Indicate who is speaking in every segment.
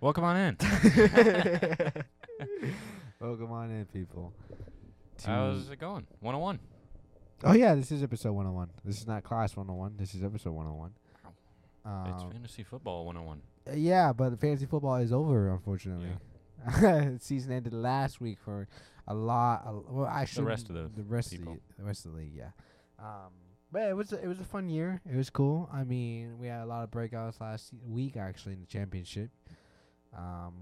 Speaker 1: Welcome on in.
Speaker 2: Welcome on in, people. to-
Speaker 1: How's it going? 101.
Speaker 2: oh yeah, this is episode 101. This is not class 101. This is episode 101.
Speaker 1: it's
Speaker 2: Um,
Speaker 1: fantasy football 101.
Speaker 2: yeah, but fantasy football is over, unfortunately. Season ended last week for a lot. A, well, I should
Speaker 1: rest of the
Speaker 2: the rest
Speaker 1: people.
Speaker 2: of the, the rest of the league, yeah. Um, but it was a- it was a fun year. It was cool. I mean, we had a lot of breakouts last y- week actually in the championship. Um,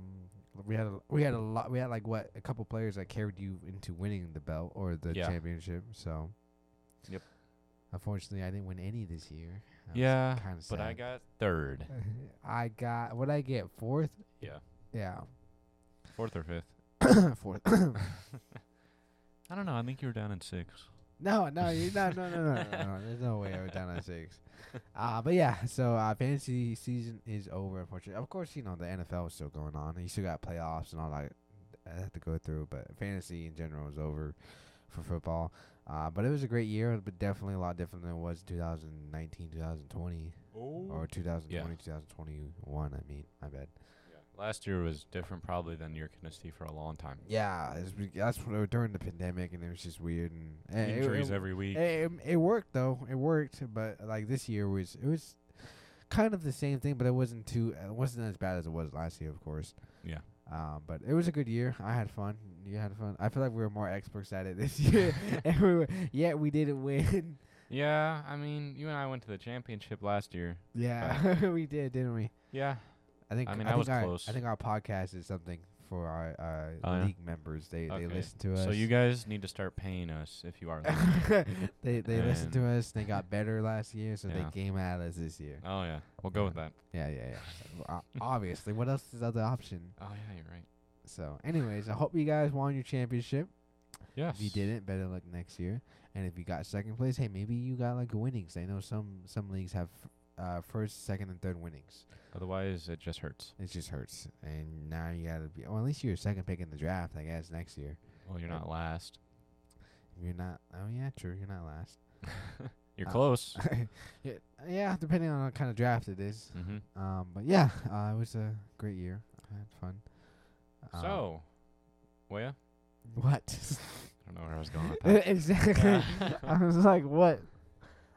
Speaker 2: we had a, we had a lot. We had like what a couple players that carried you into winning the belt or the
Speaker 1: Yeah.
Speaker 2: championship. So.
Speaker 1: Yep.
Speaker 2: Unfortunately, I didn't win any this year. That was
Speaker 1: Yeah,
Speaker 2: kinda
Speaker 1: but I
Speaker 2: sad.
Speaker 1: got third.
Speaker 2: I got what I get fourth.
Speaker 1: Yeah,
Speaker 2: Yeah,
Speaker 1: fourth or fifth.
Speaker 2: fourth.
Speaker 1: I don't know. I think you were down in six.
Speaker 2: no, no, you, no, no, no, no, no, no. There's no way I was down on six. Uh, but yeah, so uh, fantasy season is over. Unfortunately, of course, you know the NFL is still going on. and You still got playoffs and all that. I have to go through, but fantasy in general is over for football. Uh, but it was a great year, but definitely a lot different than it was 2019, 2020, or 2020, 2021. I mean, my bad.
Speaker 1: Last year was different probably than you're gonna see for a long time.
Speaker 2: Yeah, it's, be- that's what uh, during the pandemic, and it was just weird. And, and it-
Speaker 1: Injuries
Speaker 2: it,
Speaker 1: every week.
Speaker 2: it, it, it worked though. It worked, but like this year was it was kind of the same thing, but it wasn't too. uh, It wasn't as bad as it was last year, of course.
Speaker 1: Yeah.
Speaker 2: Um, but it was a good year. I had fun. You had fun. I feel like we were more experts at it this year, and we were, yet we didn't win.
Speaker 1: yeah, I mean, you and I went to the championship last year.
Speaker 2: yeah, we did, didn't we?
Speaker 1: Yeah,
Speaker 2: I think.
Speaker 1: I mean, I
Speaker 2: think
Speaker 1: was
Speaker 2: our,
Speaker 1: close.
Speaker 2: I think our podcast is something for our uh,
Speaker 1: Oh, yeah?
Speaker 2: league members. They
Speaker 1: Okay.
Speaker 2: they listen to us.
Speaker 1: so you guys need to start paying us if you are. listening.
Speaker 2: they they listened to
Speaker 1: And-
Speaker 2: us. They got better last year, so
Speaker 1: Yeah.
Speaker 2: they came at us this year.
Speaker 1: oh yeah, we'll go with that.
Speaker 2: Yeah, yeah, yeah. Well, o- Obviously, what else is the other option?
Speaker 1: Oh yeah, you're right.
Speaker 2: So, anyways, I hope you guys won your championship.
Speaker 1: Yes.
Speaker 2: If you didn't, better luck next year. And if you got second place, hey, maybe you got like winnings. I know some some leagues have uh, first, second, and third winnings.
Speaker 1: Otherwise, it just hurts.
Speaker 2: It just hurts. And now you gotta be. Well, at least you're a second pick in the draft, I guess, next year.
Speaker 1: Well, you're
Speaker 2: Yeah.
Speaker 1: not last.
Speaker 2: You're not. Oh yeah, true. You're not last.
Speaker 1: You're
Speaker 2: Uh,
Speaker 1: close.
Speaker 2: yeah, yeah, depending on what kind of draft it is.
Speaker 1: mm-hmm.
Speaker 2: Um, but yeah, uh, it was a great year. I had fun. Um,
Speaker 1: so, Weya?
Speaker 2: what?
Speaker 1: I don't know where I was going with that.
Speaker 2: exactly.
Speaker 1: Yeah.
Speaker 2: I was like, what?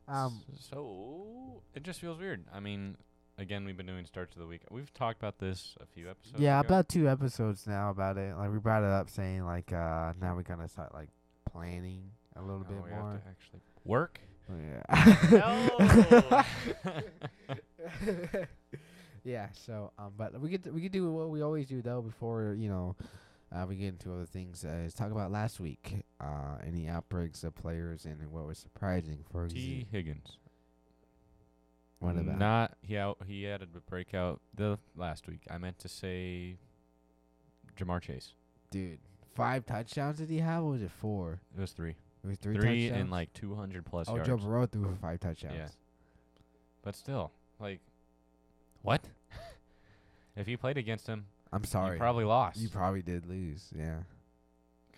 Speaker 2: Um,
Speaker 1: S- so it just feels weird. I mean, again, we've been doing starts of the week. We've talked about this a few episodes.
Speaker 2: yeah,
Speaker 1: ago.
Speaker 2: about two episodes now about it. Like we brought it up, saying like uh, now we're gonna start like planning a little
Speaker 1: Now
Speaker 2: bit
Speaker 1: Oh, we
Speaker 2: more.
Speaker 1: Have to actually work.
Speaker 2: Yeah. yeah. So, um, but we could we could do what we always do though before you know. Uh, we get into other things. Uh, let's talk about last week. Uh, any outbreaks of players and what was surprising for
Speaker 1: T.
Speaker 2: you.
Speaker 1: Higgins.
Speaker 2: What about?
Speaker 1: Not he out, he had a breakout the last week. I meant to say Jamar Chase.
Speaker 2: Dude, five touchdowns did he have? Or was it four?
Speaker 1: It was three.
Speaker 2: It was three, touchdowns.
Speaker 1: and like two hundred plus
Speaker 2: oh,
Speaker 1: yards.
Speaker 2: Joe Burrow threw for five touchdowns.
Speaker 1: But still, like what? if you played against him,
Speaker 2: I'm sorry.
Speaker 1: you probably lost.
Speaker 2: You probably did lose. Yeah.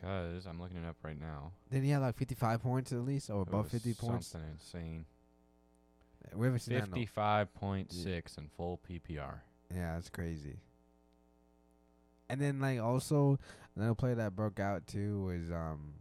Speaker 1: Cause I'm looking it up right now.
Speaker 2: Then he had like 55 points at least, or
Speaker 1: It
Speaker 2: above
Speaker 1: was
Speaker 2: 50 points.
Speaker 1: Something insane.
Speaker 2: We haven't seen that. in a-
Speaker 1: Fifty-five point six in full PPR.
Speaker 2: Yeah, that's crazy. And then like also another player that broke out too was um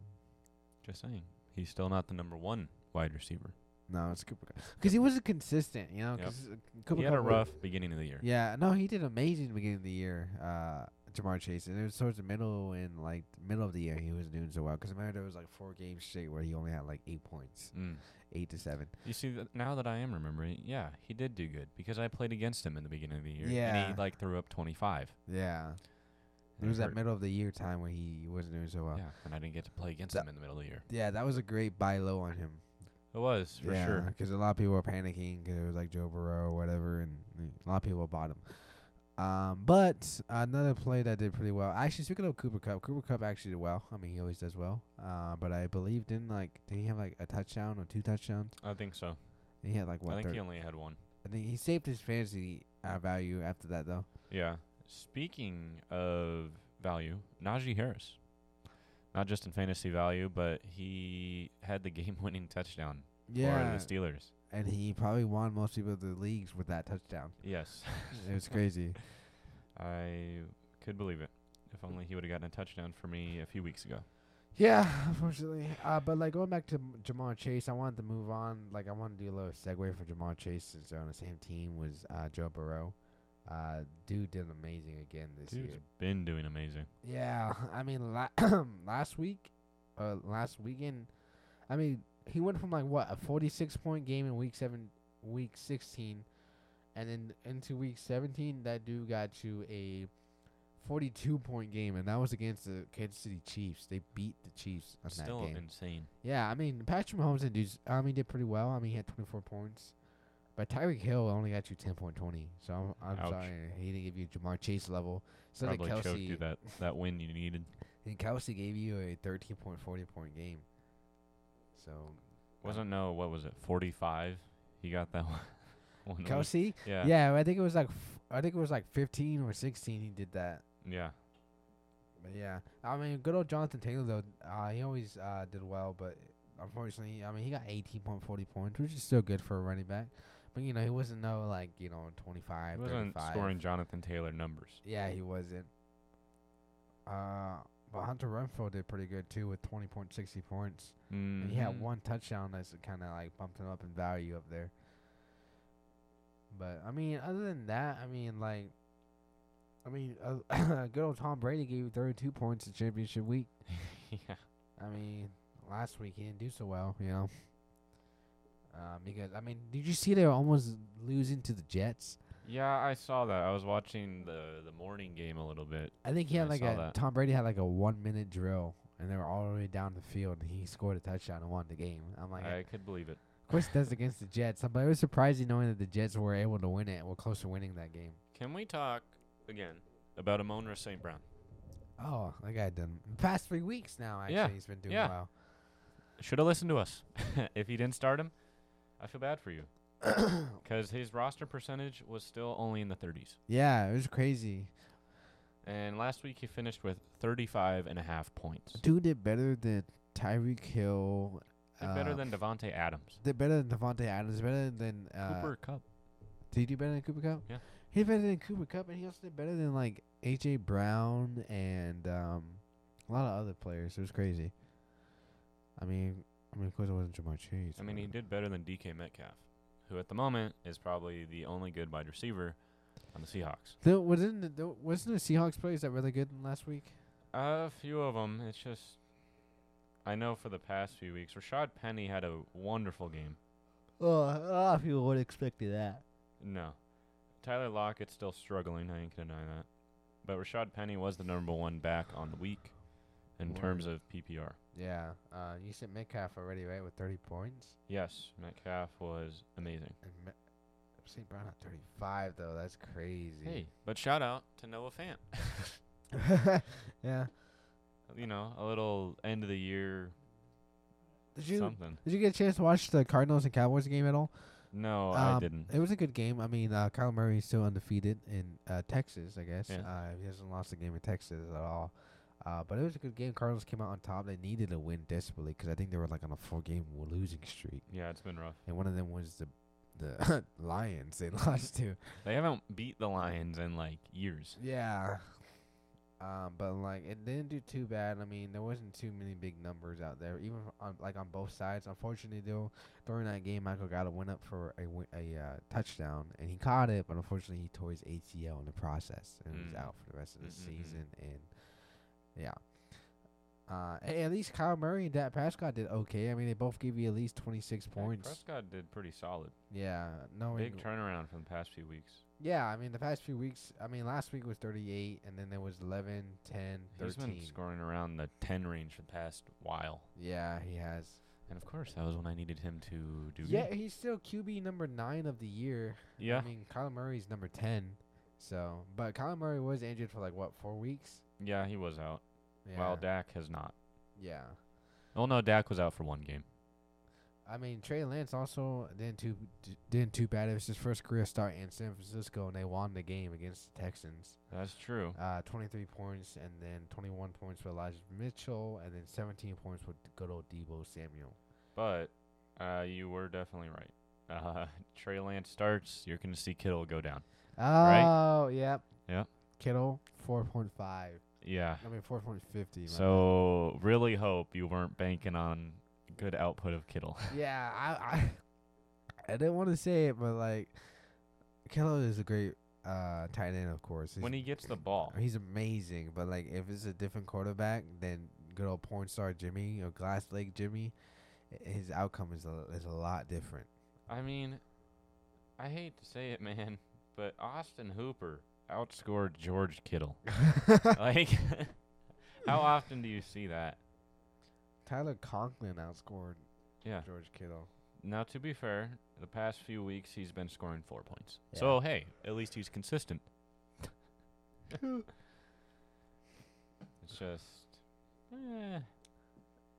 Speaker 1: Just saying, he's still not the number one wide receiver.
Speaker 2: no it's Cooper because he wasn't consistent you know
Speaker 1: Yep.
Speaker 2: 'cause, uh, Cooper
Speaker 1: he had a
Speaker 2: Cup was-
Speaker 1: rough beginning of the year.
Speaker 2: Yeah, no, he did amazing at the beginning of the year, uh, Jamar Chase, and it was towards the middle and like middle of the year he was doing so well. Because I remember there was like four games straight where he only had like eight points,
Speaker 1: Mm.
Speaker 2: eight to seven.
Speaker 1: You see, that now that I am remembering, yeah, he did do good because I played against him in the beginning of the year, and
Speaker 2: Yeah.
Speaker 1: he like threw up twenty-five.
Speaker 2: Yeah, it
Speaker 1: and
Speaker 2: was that
Speaker 1: hurt.
Speaker 2: middle of the year time where he wasn't doing so well. Yeah,
Speaker 1: Yeah, and I didn't get to play against
Speaker 2: That-
Speaker 1: him in the middle of the year.
Speaker 2: that was a great buy low on him
Speaker 1: It was for sure.
Speaker 2: Because a lot of people were panicking because it was like Joe Burrow or whatever, and a lot of people bought him. Um, but another play that did pretty well. Actually, speaking of Cooper Cup, Cooper Cup actually did well. I mean, he always does well. Uh, but I believe didn't like did he have like a touchdown or two touchdowns?
Speaker 1: I think so.
Speaker 2: And he had like
Speaker 1: I
Speaker 2: what?
Speaker 1: think
Speaker 2: third-
Speaker 1: he only had one.
Speaker 2: I think he saved his fantasy uh, value after that though.
Speaker 1: Yeah. Speaking of value, Najee Harris. Not just in fantasy value, but he had the game-winning touchdown
Speaker 2: Yeah,
Speaker 1: for the Steelers.
Speaker 2: and he probably won most people of the leagues with that touchdown.
Speaker 1: Yes.
Speaker 2: it was crazy.
Speaker 1: I could believe it. If only he would have gotten a touchdown for me a few weeks ago.
Speaker 2: Yeah, unfortunately. Uh, but like going back to M- Jamar Chase, I wanted to move on. Like I wanted to do a little segue for Jamar Chase since they're on the same team was uh, Joe Burrow. Uh, dude did amazing again this
Speaker 1: Dude's
Speaker 2: year.
Speaker 1: been doing amazing.
Speaker 2: Yeah, I mean la- last week, uh, last weekend, I mean he went from like what a forty-six point game in week seven, week sixteen, and then into week seventeen that dude got to a forty-two point game, and that was against the Kansas City Chiefs. They beat the Chiefs on
Speaker 1: Still
Speaker 2: that game.
Speaker 1: insane.
Speaker 2: yeah, I mean Patrick Mahomes and dudes, I mean did pretty well. I mean he had twenty-four points. But Tyreek Hill only got you ten point twenty, so I'm, I'm
Speaker 1: Ouch.
Speaker 2: sorry he didn't give you Jamar Chase level. So did
Speaker 1: Probably choked
Speaker 2: Kelsey,
Speaker 1: you that, that win you needed.
Speaker 2: and Kelsey gave you a 13.40 point game. So
Speaker 1: Wasn't no what was it? Forty five. He got that one. one week.
Speaker 2: Kelsey,
Speaker 1: Mm, Yeah.
Speaker 2: yeah. I think it was like f- I think it was like 15 or 16 he did that.
Speaker 1: Yeah.
Speaker 2: But yeah, I mean, good old Jonathan Taylor though. Uh, he always uh, did well, but unfortunately, I mean, he got 18.40 points, which is still good for a running back. But you know, he wasn't no like you know 25,
Speaker 1: He wasn't
Speaker 2: 35.
Speaker 1: scoring Jonathan Taylor numbers.
Speaker 2: Yeah, he wasn't. Uh, but Hunter Renfro did pretty good too with 20.60 points. And he had
Speaker 1: Mhm.
Speaker 2: one touchdown that's kind of like bumped him up in value up there. But I mean, other than that, I mean, like, I mean, uh, good old Tom Brady gave you 32 points in championship week.
Speaker 1: yeah.
Speaker 2: I mean, last week he didn't do so well, you know. Um, because I mean, did you see they were almost losing to the Jets?
Speaker 1: Yeah, I saw that. I was watching the the morning game a little bit.
Speaker 2: I think he
Speaker 1: Yeah,
Speaker 2: had
Speaker 1: I
Speaker 2: like
Speaker 1: saw
Speaker 2: a
Speaker 1: that.
Speaker 2: Tom Brady had like a one minute drill, and they were all the way down the field, and he scored a touchdown and won the game. I'm like,
Speaker 1: I could believe it.
Speaker 2: Of course, that's against the Jets. But it was surprising knowing that the Jets were able to win it and were close to winning that game.
Speaker 1: Can we talk again about Amonra St. Brown?
Speaker 2: Oh, that guy done past three weeks now. Actually,
Speaker 1: Yeah,
Speaker 2: he's been doing
Speaker 1: yeah.
Speaker 2: well.
Speaker 1: Should have listened to us. if you didn't start him, I feel bad for you. Because his roster percentage was still only in the 30s.
Speaker 2: Yeah, it was crazy.
Speaker 1: And last week he finished with 35 and a half points.
Speaker 2: Dude did better than Tyreek Hill.
Speaker 1: Did better
Speaker 2: uh,
Speaker 1: than Devonte Adams.
Speaker 2: Did better than Devontae Adams. Better than uh,
Speaker 1: Cooper Cup.
Speaker 2: Did he do better than Cooper Cup?
Speaker 1: Yeah.
Speaker 2: He did better than Cooper Cup, and he also did better than like AJ Brown and um, a lot of other players. It was crazy. I mean, I mean, of course, it wasn't Jamar Chase.
Speaker 1: I mean, he
Speaker 2: but-
Speaker 1: did better than DK Metcalf, who at the moment is probably the only good wide receiver on the Seahawks.
Speaker 2: There wasn't the, there wasn't the Seahawks players that really good last week.
Speaker 1: A few of them. It's just, I know for the past few weeks, Rashad Penny had a wonderful game.
Speaker 2: Oh, a lot of people would expect that.
Speaker 1: No, Tyler Lockett's still struggling. I ain't gonna deny that. But Rashad Penny was the number one back on the week in terms of PPR.
Speaker 2: Yeah, uh, you said Metcalf already, right? With thirty points,
Speaker 1: Yes, Metcalf was amazing.
Speaker 2: and Me- St. Brown at thirty-five though. That's crazy.
Speaker 1: Hey, but shout out to Noah Fant.
Speaker 2: yeah.
Speaker 1: you know, a little end of the year
Speaker 2: Did you
Speaker 1: something.
Speaker 2: did you get a chance to watch the Cardinals and Cowboys game at all?
Speaker 1: No, Oh, I
Speaker 2: Um,
Speaker 1: didn't.
Speaker 2: It was a good game. I mean, uh, Kyle Murray is still undefeated in uh, Texas, I guess.
Speaker 1: Yeah.
Speaker 2: Uh, he hasn't lost a game in Texas at all. Uh, but it was a good game. Cardinals came out on top. They needed a win desperately because I think they were like on a four-game losing streak.
Speaker 1: Yeah, it's been rough.
Speaker 2: and one of them was the the Lions they lost to.
Speaker 1: They haven't beat the Lions in like years.
Speaker 2: Yeah. Um, but like it didn't do too bad. I mean, there wasn't too many big numbers out there, even f- on like on both sides. Unfortunately, though, during that game, Michael Gallup went up for a wi- a uh, touchdown and he caught it, but unfortunately, he tore his ACL in the process and
Speaker 1: Mm.
Speaker 2: he's out for the rest of the
Speaker 1: Mm, mm, mm.
Speaker 2: season. And yeah, uh, hey, at least Kyle Murray and Dak Prescott did okay. I mean, they both gave you at least twenty six
Speaker 1: Dak
Speaker 2: points.
Speaker 1: Prescott did pretty solid.
Speaker 2: Yeah, no
Speaker 1: Big turnaround from the past few weeks.
Speaker 2: Yeah, I mean, the past few weeks, I mean, last week was 38, and then there was 11, 10,
Speaker 1: He's
Speaker 2: 13.
Speaker 1: been scoring around the 10 range for the past while.
Speaker 2: yeah, he has.
Speaker 1: And of course, that was when I needed him to do.
Speaker 2: Yeah, he's still QB number 9 of the year.
Speaker 1: Yeah.
Speaker 2: I mean, Kyler Murray's number 10. So, but Kyler Murray was injured for like, what, four weeks?
Speaker 1: Yeah, he was out.
Speaker 2: Yeah.
Speaker 1: While Dak has not.
Speaker 2: yeah.
Speaker 1: Oh no, Dak was out for one game.
Speaker 2: I mean, Trey Lance also didn't too d- didn't too bad. It was his first career start in San Francisco, and they won the game against the Texans.
Speaker 1: That's true.
Speaker 2: Uh, 23 points, and then 21 points for Elijah Mitchell, and then 17 points with good old Debo Samuel.
Speaker 1: But uh, you were definitely right. Uh, Trey Lance starts. You're going to see Kittle go down.
Speaker 2: Oh, yep.
Speaker 1: Yep.
Speaker 2: Kittle, 4.5. I
Speaker 1: Yeah.
Speaker 2: mean, 4.50. my
Speaker 1: So really hope you weren't banking on good output of Kittle.
Speaker 2: bad. yeah, I, I, I didn't want to say it, but like, Kittle is a great uh, tight end, of course. He's,
Speaker 1: when he gets the ball,
Speaker 2: he's amazing, but like, if it's a different quarterback, then good old porn star Jimmy or Glass Lake Jimmy, i- his outcome is a, is a lot different.
Speaker 1: I mean, I hate to say it, man, but Austin Hooper outscored George Kittle. like, how often do you see that?
Speaker 2: Tyler Conklin outscored
Speaker 1: Yeah.
Speaker 2: George Kittle.
Speaker 1: Now, to be fair, the past few weeks he's been scoring four points. So hey, at least he's consistent. it's just, eh,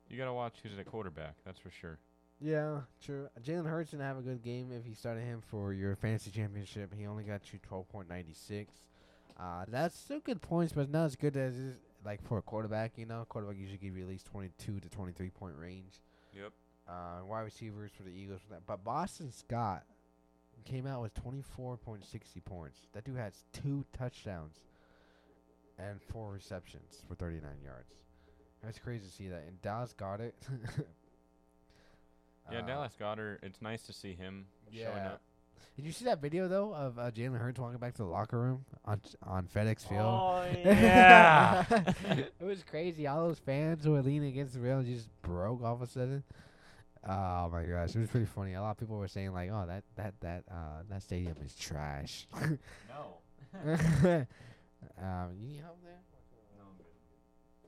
Speaker 1: you gotta watch who's at quarterback. That's for sure.
Speaker 2: Yeah, true. Jalen Hurts didn't have a good game if you started him for your fantasy championship. He only got you twelve point ninety six. Uh, that's still good points, but not as good as is like for a quarterback. You know, quarterback usually give you at least twenty two to twenty three point range.
Speaker 1: Yep.
Speaker 2: Uh, wide receivers for the Eagles for that, but Boston Scott came out with twenty four point sixty points. That dude has two touchdowns and four receptions for thirty nine yards. That's crazy to see that. And Dallas got it. Uh,
Speaker 1: Yeah, Dallas Goddard. It's nice to see him showing
Speaker 2: Yeah.
Speaker 1: up.
Speaker 2: Did you see that video though of uh, Jalen Hurts walking back to the locker room on on FedEx
Speaker 1: Oh,
Speaker 2: Field? it was crazy. All those fans who were leaning against the rail just broke all of a sudden. Oh my gosh, it was pretty funny. A lot of people were saying like, "Oh, that that that uh, that stadium is trash." um,
Speaker 1: no.
Speaker 2: you need help there?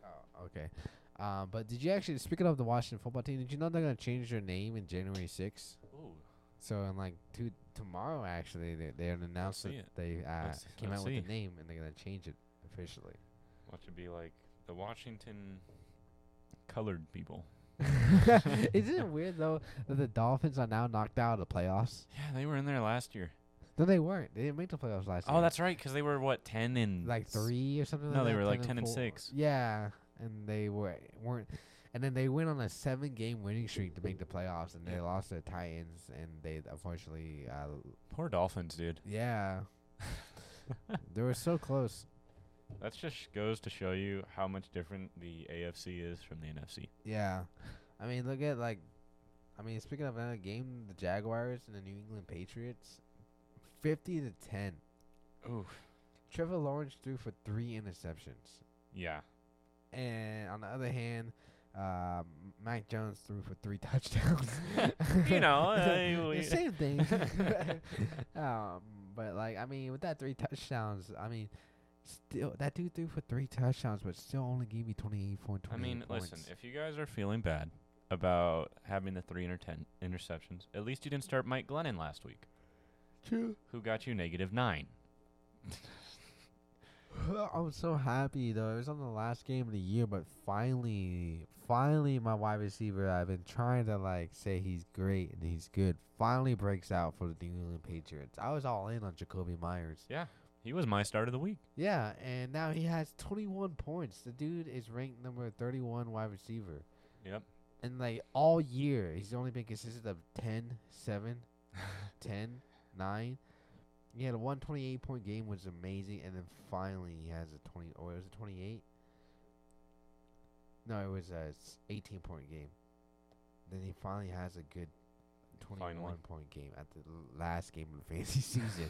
Speaker 2: Oh, okay. Um, but did you actually speaking of the Washington football team? Did you know they're gonna change their name in January 6th?
Speaker 1: Ooh,
Speaker 2: So in like two tomorrow actually they they announced that
Speaker 1: see it.
Speaker 2: they uh,
Speaker 1: Let's-
Speaker 2: came
Speaker 1: let's
Speaker 2: out with
Speaker 1: see.
Speaker 2: the name and they're gonna change it officially.
Speaker 1: what should be like the Washington colored people?
Speaker 2: Isn't it weird though that the Dolphins are now knocked out of the playoffs?
Speaker 1: Yeah, they were in there last year.
Speaker 2: No, they weren't. They didn't make the playoffs last year.
Speaker 1: Oh, that's right, 'cause they were what ten and
Speaker 2: like
Speaker 1: s-
Speaker 2: three or something.
Speaker 1: No,
Speaker 2: like
Speaker 1: they
Speaker 2: that,
Speaker 1: were like 10 and
Speaker 2: four.
Speaker 1: six.
Speaker 2: Yeah, and they were weren't. And then they went on a seven-game winning streak to make the playoffs, and they lost to the Titans, and they unfortunately, uh,
Speaker 1: Poor Dolphins, dude.
Speaker 2: yeah, they were so close.
Speaker 1: That just goes to show you how much different the AFC is from the NFC.
Speaker 2: Yeah. I mean, look at like, I mean, speaking of another game, the Jaguars and the New England Patriots, fifty to ten.
Speaker 1: Ooh.
Speaker 2: Trevor Lawrence threw for three interceptions,
Speaker 1: Yeah.
Speaker 2: and on the other hand, um, Mac Jones threw for three touchdowns.
Speaker 1: You know, I-
Speaker 2: The
Speaker 1: we-
Speaker 2: same thing. um, but like, I mean, with that three touchdowns, I mean. Still, that dude threw for three touchdowns, but still only gave me twenty eight point.
Speaker 1: I mean, listen,
Speaker 2: points.
Speaker 1: if you guys are feeling bad about having the three inter- ten interceptions, at least you didn't start Mike Glennon last week,
Speaker 2: True.
Speaker 1: who got you negative nine.
Speaker 2: I was so happy though. It was on the last game of the year, but finally, finally, my wide receiver I've been trying to like say he's great and he's good. Finally breaks out for the New England Patriots. I was all in on Jacoby Myers.
Speaker 1: Yeah. He was my start of the week.
Speaker 2: Yeah, and now he has 21 points. The dude is ranked number 31 wide receiver.
Speaker 1: Yep.
Speaker 2: And like all year, he's only been consistent of 10, 7, 10, 9. He had a 128 point game, which is amazing. And then finally, he has a 20, or was it 28? No, it was a s- 18 point game. Then he finally has a good 21
Speaker 1: Finally.
Speaker 2: point game at the l- last game of the fantasy season.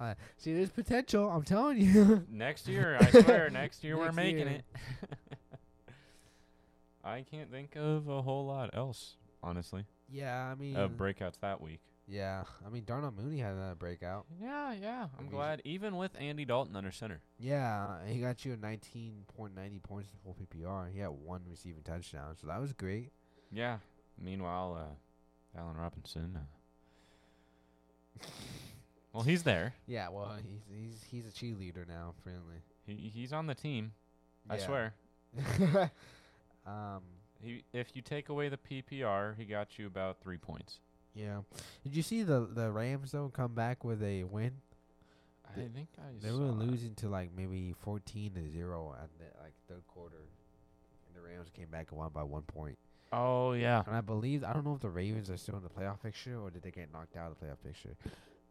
Speaker 2: Uh, see, there's potential. I'm telling you.
Speaker 1: Next year, I swear, next year we're
Speaker 2: Next
Speaker 1: making
Speaker 2: year.
Speaker 1: it. I can't think of a whole lot else, honestly,
Speaker 2: yeah, I mean,
Speaker 1: of breakouts that week.
Speaker 2: yeah, I mean, Darnell Mooney had another breakout.
Speaker 1: Yeah, yeah.
Speaker 2: Amazing.
Speaker 1: I'm glad. Even with Andy Dalton under center.
Speaker 2: Yeah, and he got you a 19.90 points in full PPR. He had one receiving touchdown, so that was great.
Speaker 1: Yeah. Meanwhile, uh, Allen Robinson. Uh, well, he's there.
Speaker 2: Yeah, well, Uh, he's he's he's a cheerleader now, apparently.
Speaker 1: He he's on the team. I
Speaker 2: Yeah.
Speaker 1: swear.
Speaker 2: um,
Speaker 1: He if you take away the PPR, he got you about three points.
Speaker 2: yeah. Did you see the the Rams though come back with a win?
Speaker 1: I
Speaker 2: They-
Speaker 1: think I.
Speaker 2: They were
Speaker 1: saw that.
Speaker 2: losing to like maybe fourteen to zero at the like third quarter, and the Rams came back and won by one point.
Speaker 1: Oh yeah.
Speaker 2: And I believe I don't know if the Ravens are still in the playoff picture or did they get knocked out of the playoff picture.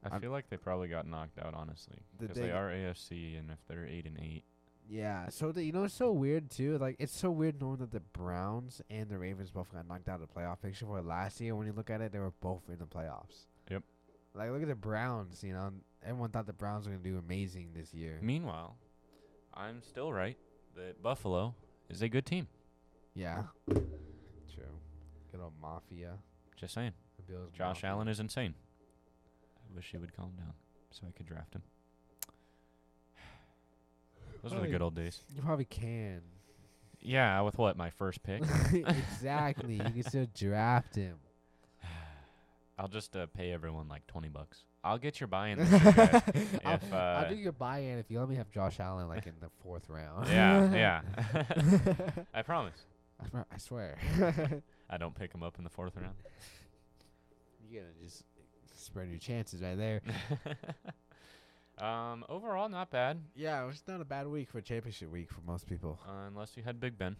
Speaker 1: I
Speaker 2: I'm-
Speaker 1: feel like they probably got knocked out, honestly,
Speaker 2: Did
Speaker 1: because
Speaker 2: they
Speaker 1: they
Speaker 2: get-
Speaker 1: are AFC, and if they're eight and eight,
Speaker 2: Yeah, so the, you know it's so weird too. Like it's so weird knowing that the Browns and the Ravens both got knocked out of the playoff picture for last year. When you look at it, they were both in the playoffs.
Speaker 1: Yep.
Speaker 2: Like look at the Browns. You know, and everyone thought the Browns were gonna do amazing this year.
Speaker 1: meanwhile, I'm still right that Buffalo is a good team.
Speaker 2: Yeah. True. Good old mafia.
Speaker 1: Just saying,
Speaker 2: The Bills.
Speaker 1: Josh
Speaker 2: mafia.
Speaker 1: Allen is insane. I wish he would calm down so I could draft him. Those were the
Speaker 2: Probably-
Speaker 1: good old days.
Speaker 2: You probably can.
Speaker 1: Yeah, with what my first pick.
Speaker 2: exactly. You can still draft him.
Speaker 1: I'll just uh, pay everyone like twenty bucks. I'll get your buy-in. This year, guys.
Speaker 2: I'll,
Speaker 1: if,
Speaker 2: I'll
Speaker 1: uh,
Speaker 2: do your buy-in if you let me have Josh Allen like in the fourth round.
Speaker 1: yeah, yeah. I promise.
Speaker 2: I swear- I swear.
Speaker 1: I don't pick him up in the fourth round.
Speaker 2: You're gonna just spread your chances right there.
Speaker 1: um, overall, not bad,
Speaker 2: Yeah, it was not a bad week for championship week for most people.
Speaker 1: Uh, unless you had Big Ben.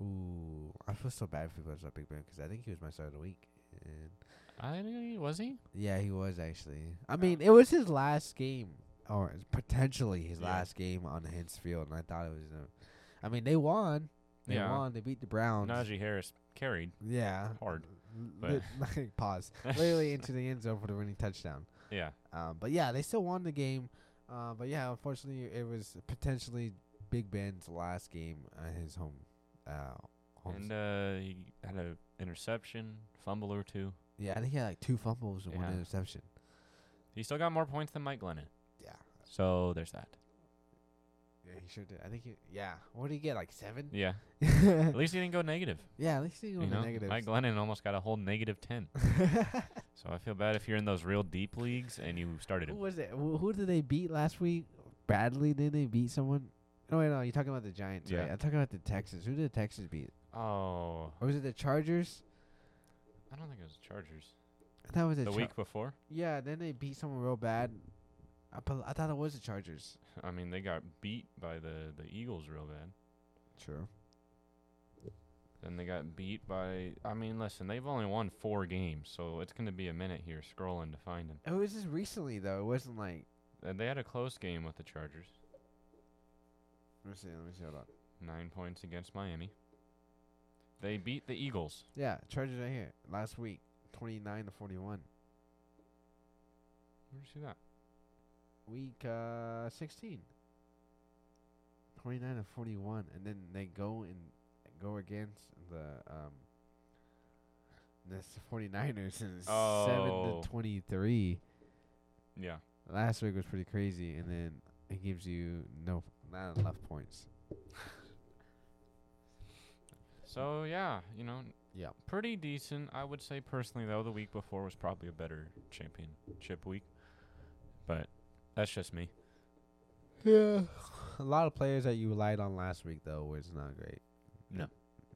Speaker 2: Ooh, I feel so bad for people that Big Ben because I think he was my start of the week. And
Speaker 1: I was he?
Speaker 2: yeah, he was actually. I mean, it was his last game, or it's potentially his
Speaker 1: Yeah.
Speaker 2: last game on Hens Field, and I thought it was. A, I mean, they won. They
Speaker 1: Yeah.
Speaker 2: won. They beat the Browns.
Speaker 1: Najee Harris carried.
Speaker 2: yeah.
Speaker 1: hard,
Speaker 2: L- like, pause. Literally into the end zone for the winning touchdown.
Speaker 1: Yeah,
Speaker 2: Um, but yeah, they still won the game. Uh, but yeah, unfortunately, it was potentially Big Ben's last game at his home. Uh, home
Speaker 1: and
Speaker 2: s-
Speaker 1: uh, he had a interception, fumble or two.
Speaker 2: yeah, I think he had like two fumbles and one
Speaker 1: Yeah.
Speaker 2: interception.
Speaker 1: He still got more points than Mike Glennon,
Speaker 2: Yeah,
Speaker 1: so there's that.
Speaker 2: yeah, he sure did. I think he. Yeah, what did he get? Like seven?
Speaker 1: Yeah, at least he didn't go negative.
Speaker 2: yeah, at least he
Speaker 1: You
Speaker 2: went
Speaker 1: know?
Speaker 2: negative.
Speaker 1: Mike Glennon almost got a whole negative ten. So I feel bad if you're in those real deep leagues and you started
Speaker 2: Who
Speaker 1: him.
Speaker 2: was it? Who who did they beat last week? Badly? Did they beat someone? No, wait, no. You're talking about the Giants, right?
Speaker 1: Yeah.
Speaker 2: I'm talking about the Texans. Who did the Texans beat?
Speaker 1: Oh,
Speaker 2: Or was it the Chargers?
Speaker 1: I don't think it was the Chargers.
Speaker 2: I thought it was the,
Speaker 1: The
Speaker 2: Char-
Speaker 1: week before,
Speaker 2: Yeah, then they beat someone real bad. I, pol- I thought it was the Chargers.
Speaker 1: I mean, they got beat by the the Eagles real bad.
Speaker 2: True.
Speaker 1: Then they got beat by. I mean, listen, they've only won four games, so it's going to be a minute here scrolling to find them.
Speaker 2: It was just recently though. It wasn't like.
Speaker 1: Uh, they had a close game with the Chargers,
Speaker 2: Let me see. Let me see. Hold on.
Speaker 1: nine points against Miami. They beat the Eagles.
Speaker 2: Yeah, Chargers right here last week, twenty nine to forty one.
Speaker 1: Where did you see that?
Speaker 2: Week uh sixteen. Twenty nine to forty one, and then they go and go against the um. The 49ers and it's
Speaker 1: Oh.
Speaker 2: 7 to 23.
Speaker 1: Yeah.
Speaker 2: Last week was pretty crazy, and then it gives you no not enough points.
Speaker 1: So yeah, you know,
Speaker 2: Yeah.
Speaker 1: pretty decent. I would say personally though, the week before was probably a better championship week, but that's just me.
Speaker 2: Yeah. A lot of players that you relied on last week though was not great.
Speaker 1: No.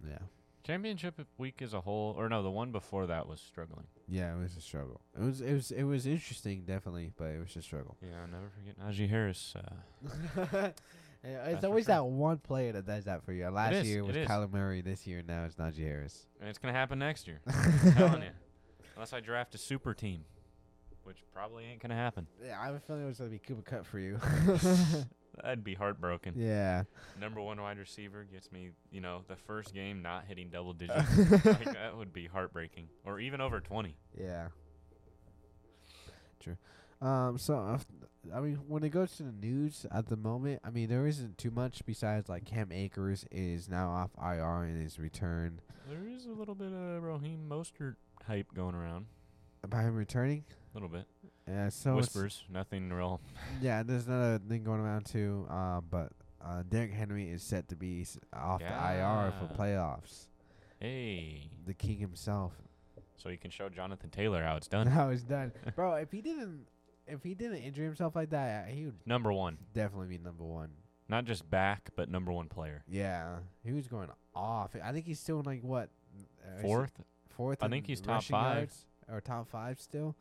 Speaker 2: Yeah.
Speaker 1: Championship week as a whole, or no, the one before that was struggling.
Speaker 2: Yeah, it was a struggle. It was it was it was interesting definitely, but it was a struggle.
Speaker 1: Yeah, I'll never forget Najee Harris. Uh,
Speaker 2: Yeah, it's
Speaker 1: for
Speaker 2: always
Speaker 1: sure.
Speaker 2: that one player that does that for you. Last
Speaker 1: is,
Speaker 2: year
Speaker 1: it
Speaker 2: was
Speaker 1: is.
Speaker 2: Kyler Murray. This year now it's Najee Harris.
Speaker 1: and it's gonna happen next year. I'm telling you, unless I draft a super team, which probably ain't gonna happen.
Speaker 2: Yeah, I have a feeling it was gonna be Cooper Cup for you.
Speaker 1: I'd be heartbroken.
Speaker 2: yeah.
Speaker 1: Number one wide receiver gets me, you know, the first game not hitting double digits. like, that would be heartbreaking, or even over twenty.
Speaker 2: Yeah. True. Um. So, uh, I mean, when it goes to the news at the moment, I mean, there isn't too much besides like Cam Akers is now off IR and his return.
Speaker 1: There is a little bit of Raheem Mostert hype going around.
Speaker 2: By him returning,
Speaker 1: A little bit.
Speaker 2: yeah. So it's-
Speaker 1: Whispers, nothing real.
Speaker 2: Yeah, there's another thing going around too. Uh, but uh, Derrick Henry is set to be s- off the IR for
Speaker 1: Yeah.
Speaker 2: playoffs.
Speaker 1: Hey.
Speaker 2: The king himself.
Speaker 1: So you can show Jonathan Taylor how it's done.
Speaker 2: now he's done, bro. If he didn't, if he didn't injure himself like that, he would
Speaker 1: Number one.
Speaker 2: definitely be number one.
Speaker 1: Not just back, but number one player.
Speaker 2: Yeah, he was going off. I think he's still in like what uh, is he
Speaker 1: Fourth?
Speaker 2: fourth.
Speaker 1: I think
Speaker 2: in
Speaker 1: he's top
Speaker 2: rushing
Speaker 1: five.
Speaker 2: yards, or top five still.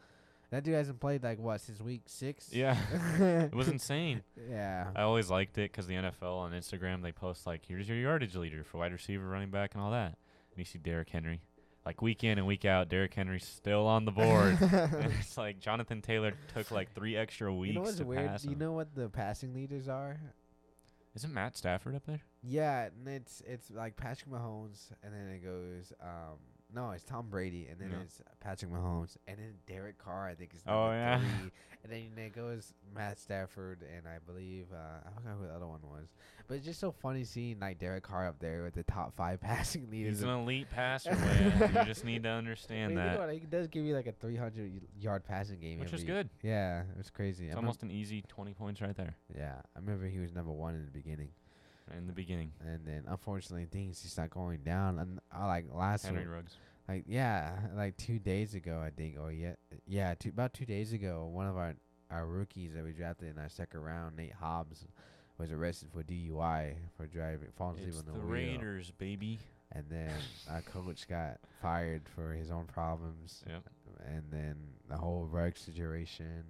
Speaker 2: That dude hasn't played like what since week six.
Speaker 1: Yeah. It was insane.
Speaker 2: yeah,
Speaker 1: I always liked it 'cause the NFL on Instagram, they post, like, here's your yardage leader for wide receiver, running back, and all that. And you see Derrick Henry. like week in and week out, Derrick Henry's still on the board. and it's like Jonathan Taylor took like three extra weeks
Speaker 2: you know what's
Speaker 1: to
Speaker 2: weird?
Speaker 1: pass
Speaker 2: Do you
Speaker 1: him.
Speaker 2: know what the passing leaders are?
Speaker 1: Isn't Matt Stafford up there?
Speaker 2: Yeah, and it's it's like Patrick Mahomes, and then it goes um no, it's Tom Brady, and then
Speaker 1: Yeah.
Speaker 2: it's Patrick Mahomes, and then Derek Carr, I think is
Speaker 1: Oh,
Speaker 2: number
Speaker 1: yeah.
Speaker 2: three, and then it goes Matt Stafford, and I believe uh, I forgot who the other one was, but it's just so funny seeing like Derek Carr up there with the top five passing leaders.
Speaker 1: He's an
Speaker 2: of-
Speaker 1: elite passer, man. you just need to understand
Speaker 2: I mean, think
Speaker 1: that,
Speaker 2: about it, he does give you like a 300 y- yard passing game,
Speaker 1: which is
Speaker 2: every-
Speaker 1: good.
Speaker 2: Yeah, it's crazy.
Speaker 1: It's
Speaker 2: I remem-
Speaker 1: almost an easy 20 points right there
Speaker 2: yeah, I remember he was number one in the beginning,
Speaker 1: in the beginning.
Speaker 2: and then unfortunately things just not going down. And I like last week.
Speaker 1: Henry Ruggs.
Speaker 2: like yeah, like two days ago I think, or yeah, yeah, two, about two days ago, one of our our rookies that we drafted in our second round, Nate Hobbs, was arrested for DUI for driving falling asleep
Speaker 1: It's
Speaker 2: on the,
Speaker 1: the
Speaker 2: wheel,
Speaker 1: Raiders, baby.
Speaker 2: and then our coach got fired for his own problems,
Speaker 1: Yep.
Speaker 2: and then the whole rug situation.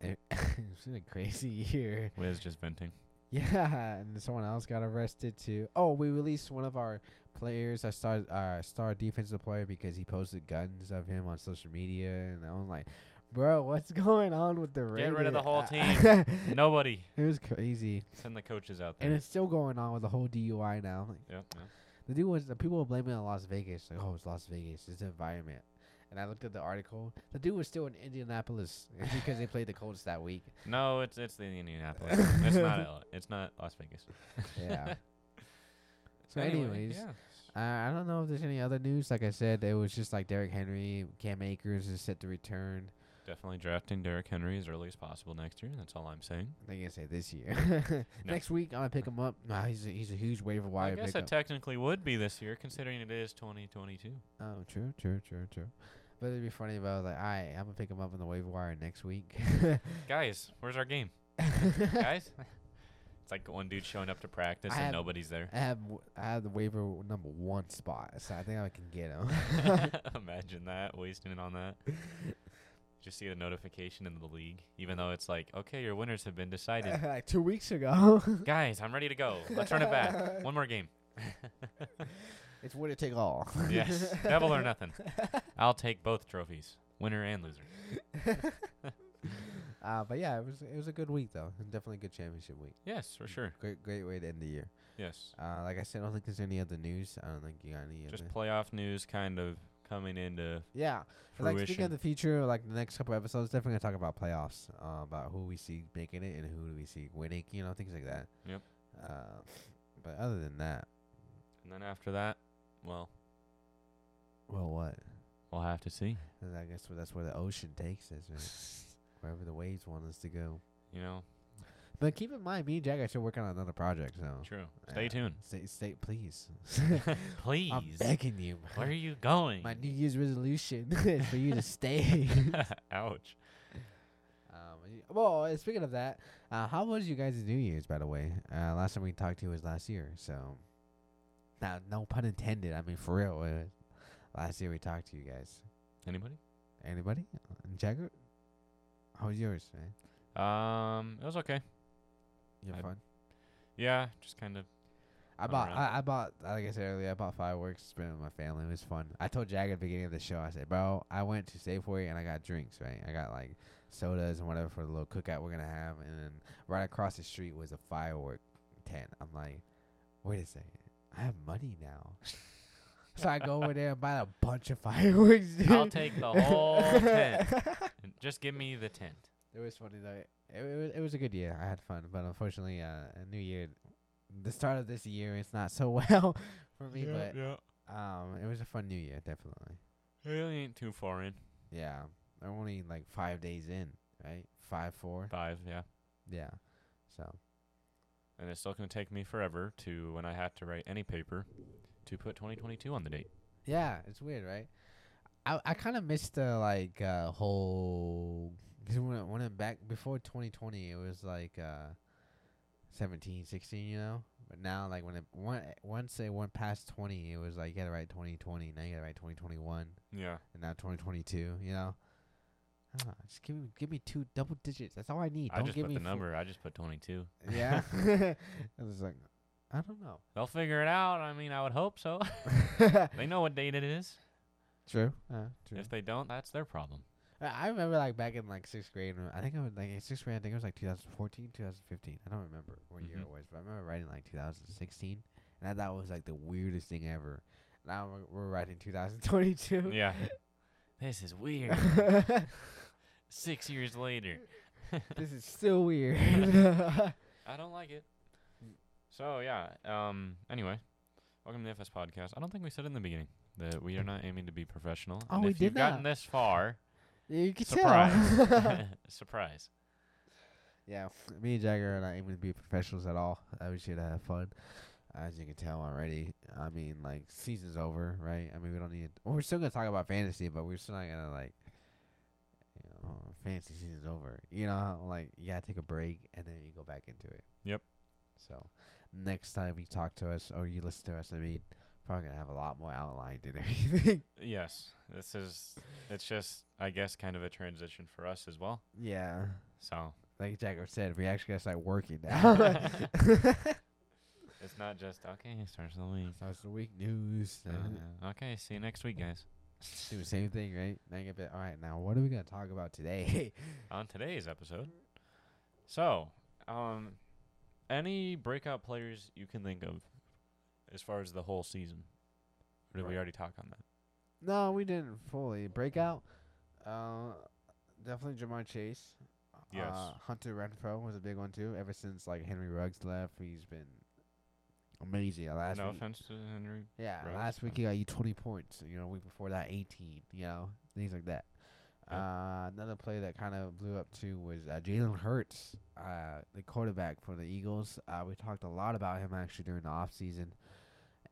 Speaker 2: It- it's been a crazy year.
Speaker 1: Wiz just venting.
Speaker 2: Yeah, and someone else got arrested too. Oh, we released one of our players, our star, our star defensive player, because he posted guns of him on social media, and I was like, "Bro, what's going on with the Raiders?"
Speaker 1: Get rid of the whole
Speaker 2: I-
Speaker 1: Nobody.
Speaker 2: it was crazy,
Speaker 1: Send the coaches out there.
Speaker 2: and it's still going on with the whole DUI now. Like,
Speaker 1: yep, yep.
Speaker 2: the dude was the people were blaming it on Las Vegas. Like, oh, it's Las Vegas, it's the environment. And I looked at the article. The dude was still in Indianapolis because they played the Colts that week.
Speaker 1: No, it's it's the Indianapolis. it's not LA. It's not Las Vegas.
Speaker 2: Yeah. So, anyways,
Speaker 1: yeah.
Speaker 2: Uh, I don't know if there's any other news. Like I said, it was just like Derrick Henry, Cam Akers is set to return.
Speaker 1: definitely drafting Derrick Henry as early as possible next year. That's all I'm saying.
Speaker 2: I think I say this year.
Speaker 1: No.
Speaker 2: Next week, I'm gonna pick him up. Nah, he's a, he's a huge waiver
Speaker 1: I
Speaker 2: wire
Speaker 1: guess it
Speaker 2: pickup.
Speaker 1: technically would be this year, considering it is 2022.
Speaker 2: oh, true, true, true, true. But it'd be funny if I was like, all right, I'm gonna pick him up on the waiver wire next week.
Speaker 1: Guys, where's our game,
Speaker 2: I
Speaker 1: guys? it's like one dude showing up to practice
Speaker 2: I
Speaker 1: and
Speaker 2: have-
Speaker 1: nobody's there.
Speaker 2: have w- I have the waiver w- number one spot, so I think I can get him.
Speaker 1: Imagine that wasting it on that. Just see a notification in the league, even though it's like, okay, your winners have been decided.
Speaker 2: like two weeks ago,
Speaker 1: Guys, I'm ready to go. Let's run it back. One more game.
Speaker 2: it's winner take all.
Speaker 1: Yes, devil or nothing. I'll take both trophies, winner and loser.
Speaker 2: uh, but yeah, it was it was a good week though. Definitely a good championship week.
Speaker 1: Yes, for sure.
Speaker 2: Great great way to end the year.
Speaker 1: Yes.
Speaker 2: Uh, like I said, I don't think there's any other news. I don't think you got any.
Speaker 1: Just
Speaker 2: other.
Speaker 1: playoff news kind of coming into
Speaker 2: yeah, And, like speaking of
Speaker 1: fruition.
Speaker 2: the future, like the next couple episodes, definitely gonna talk about playoffs, uh, about who we see making it and who do we see winning, you know, things like that.
Speaker 1: Yep.
Speaker 2: Uh, but other than that,
Speaker 1: And then after that, well,
Speaker 2: well, what?
Speaker 1: we'll have to see.
Speaker 2: And I guess that's where the ocean takes us, right? wherever the waves want us to go.
Speaker 1: You know,
Speaker 2: But keep in mind, me and Jack are still working on another project, so
Speaker 1: true.
Speaker 2: Yeah.
Speaker 1: Stay tuned.
Speaker 2: stay, stay, please.
Speaker 1: Please.
Speaker 2: I'm begging you.
Speaker 1: Where are you going?
Speaker 2: My New Year's resolution is for you to stay.
Speaker 1: Ouch.
Speaker 2: Um, y- well, uh, speaking of that, uh, how was you guys' New Year's, by the way? Uh, last time we talked to you was last year, so now no pun intended. I mean, for real, uh, last year we talked to you guys.
Speaker 1: Anybody?
Speaker 2: Anybody? Jagger? How was yours, man?
Speaker 1: Um, it was okay.
Speaker 2: You have
Speaker 1: I-
Speaker 2: fun?
Speaker 1: Yeah, just kind of.
Speaker 2: I
Speaker 1: I'm
Speaker 2: bought,
Speaker 1: around.
Speaker 2: I, I bought, like I said earlier, I bought fireworks. Spent with my family. It was fun. I told Jagger at the beginning of the show, I said, "Bro, I went to Safeway and I got drinks. Right, I got like sodas and whatever for the little cookout we're gonna have. And then right across the street was a firework tent. I'm like, wait a second, I have money now. so I go over there and buy a bunch of fireworks. Dude.
Speaker 1: I'll take the whole tent. And Just give me the tent.
Speaker 2: It was funny though. It, it was it was a good year. I had fun, but unfortunately, uh, a new year, the start of this year, it's not so well for me. but
Speaker 1: yeah.
Speaker 2: um, it was a fun New Year, definitely.
Speaker 1: Really ain't too far in.
Speaker 2: Yeah, I'm only like five days in, right? Five, four.
Speaker 1: Five, yeah.
Speaker 2: Yeah. So
Speaker 1: And it's still going to take me forever to when I have to write any paper to put 2022 on the date.
Speaker 2: yeah, it's weird, right? I I kind of missed the like uh, whole because when it, when it back before 2020, it was like uh, 17, 16, you know. But now, like when it one once it went past 20, it was like you gotta write 2020. Now you gotta write 2021,
Speaker 1: Yeah.
Speaker 2: and now 2022. You know. I don't know, just give me give me two double digits. That's all I need.
Speaker 1: I
Speaker 2: Don't
Speaker 1: just
Speaker 2: give
Speaker 1: put
Speaker 2: me
Speaker 1: the
Speaker 2: four-
Speaker 1: number. I just put 22.
Speaker 2: Yeah. I was like, I don't know.
Speaker 1: They'll figure it out. I mean, I would hope so. they know what date it is.
Speaker 2: true. Uh, true.
Speaker 1: If they don't, that's their problem.
Speaker 2: I I remember like back in like sixth grade. when- I think I was like in sixth grade. I think it was like 2014, 2015. I don't remember what year
Speaker 1: Mhm.
Speaker 2: it was, but I remember writing like 2016, and I thought it was like the weirdest thing ever. Now we're- we're writing 2022.
Speaker 1: Yeah. this is weird. Six years later.
Speaker 2: this is still weird.
Speaker 1: I don't like it. So yeah. Um. Anyway, welcome to the FS podcast. I don't think we said in the beginning that we are not aiming to be professional.
Speaker 2: Hmm. Oh,
Speaker 1: and
Speaker 2: we
Speaker 1: if you've
Speaker 2: did
Speaker 1: gotten
Speaker 2: not.
Speaker 1: this far,
Speaker 2: you can tell.
Speaker 1: surprise, surprise.
Speaker 2: yeah, me and Jagger are not aiming to be professionals at all. Uh, We should have fun, as you can tell already. I mean, like season's over, right? I mean, we don't need. Well, we're still gonna talk about fantasy, but we're still not gonna like. You know, oh, fantasy season's over. You know, how, like you gotta take a break and then you go back into it.
Speaker 1: Yep.
Speaker 2: So, next time you talk to us or you listen to us, I mean, probably gonna have a lot more outlined and everything.
Speaker 1: Yes. This is. It's just, I guess, kind of a transition for us as well.
Speaker 2: yeah.
Speaker 1: So
Speaker 2: Like Jagger said, we actually gotta start working now.
Speaker 1: it's not just okay. It starts the week.
Speaker 2: That's the week news.
Speaker 1: Uh, okay. See you next week, guys.
Speaker 2: Do the same thing, right? Now you all right, now what are we gonna talk about today?
Speaker 1: on today's episode. So, um, any breakout players you can think of as far as the whole season? Or did
Speaker 2: Right.
Speaker 1: we already talk on that?
Speaker 2: no, we didn't fully breakout. Uh, definitely Jamar Chase.
Speaker 1: Yes.
Speaker 2: Uh, Hunter Renfro was a big one too. Ever since like Henry Ruggs left, he's been amazing. Uh, Last
Speaker 1: no
Speaker 2: week,
Speaker 1: offense to Henry.
Speaker 2: yeah,
Speaker 1: Ruggs,
Speaker 2: last week
Speaker 1: uh,
Speaker 2: he got you twenty points. You know, week before that eighteen. You know, things like that.
Speaker 1: Yeah.
Speaker 2: Uh, another play that kind of blew up too was uh, Jalen Hurts, uh, the quarterback for the Eagles. Uh, we talked a lot about him actually during the off season,